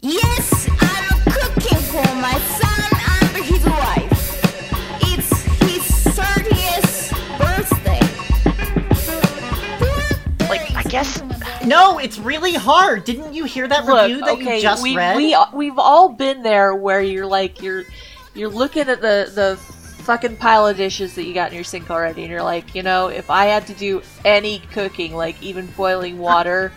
[SPEAKER 3] Yes, I'm cooking for my son and his wife. It's his 30th birthday.
[SPEAKER 2] Like, I guess
[SPEAKER 4] No, it's really hard. Didn't you hear that
[SPEAKER 7] Look,
[SPEAKER 4] review that
[SPEAKER 7] okay,
[SPEAKER 4] you just
[SPEAKER 7] we,
[SPEAKER 4] read?
[SPEAKER 7] we we've all been there where you're like you're you're looking at the the fucking pile of dishes that you got in your sink already, and you're like, you know, if I had to do any cooking, like even boiling water,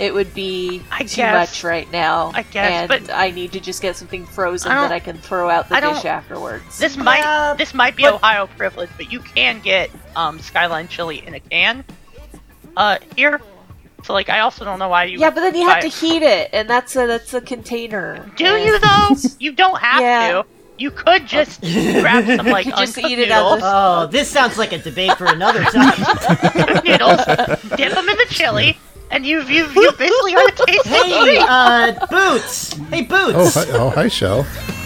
[SPEAKER 7] it would be
[SPEAKER 2] I
[SPEAKER 7] too
[SPEAKER 2] guess.
[SPEAKER 7] much right now.
[SPEAKER 2] I guess,
[SPEAKER 7] and
[SPEAKER 2] but-
[SPEAKER 7] I need to just get something frozen
[SPEAKER 2] I don't-
[SPEAKER 7] that I can throw out the
[SPEAKER 2] I don't-
[SPEAKER 7] dish afterwards.
[SPEAKER 2] This might
[SPEAKER 4] Yeah,
[SPEAKER 2] this might be
[SPEAKER 4] but-
[SPEAKER 2] Ohio privilege, but you can get um, Skyline chili in a can uh, here. So like, I also don't know why you.
[SPEAKER 7] yeah, but then you
[SPEAKER 2] buy
[SPEAKER 7] have to
[SPEAKER 2] it.
[SPEAKER 7] heat it, and that's a that's a container.
[SPEAKER 2] Do
[SPEAKER 7] and
[SPEAKER 2] you though? You don't have
[SPEAKER 7] Yeah.
[SPEAKER 2] to. You could just grab some like
[SPEAKER 7] You could just
[SPEAKER 2] uncooked
[SPEAKER 7] eat it out of
[SPEAKER 2] noodles,
[SPEAKER 7] the-
[SPEAKER 4] Oh, this sounds like a debate for another time.
[SPEAKER 2] noodles, dip them in the chili, and you've you've you basically are tasting.
[SPEAKER 4] hey, uh, Boots! Hey, Boots!
[SPEAKER 1] Oh, hi, oh, hi, Shell.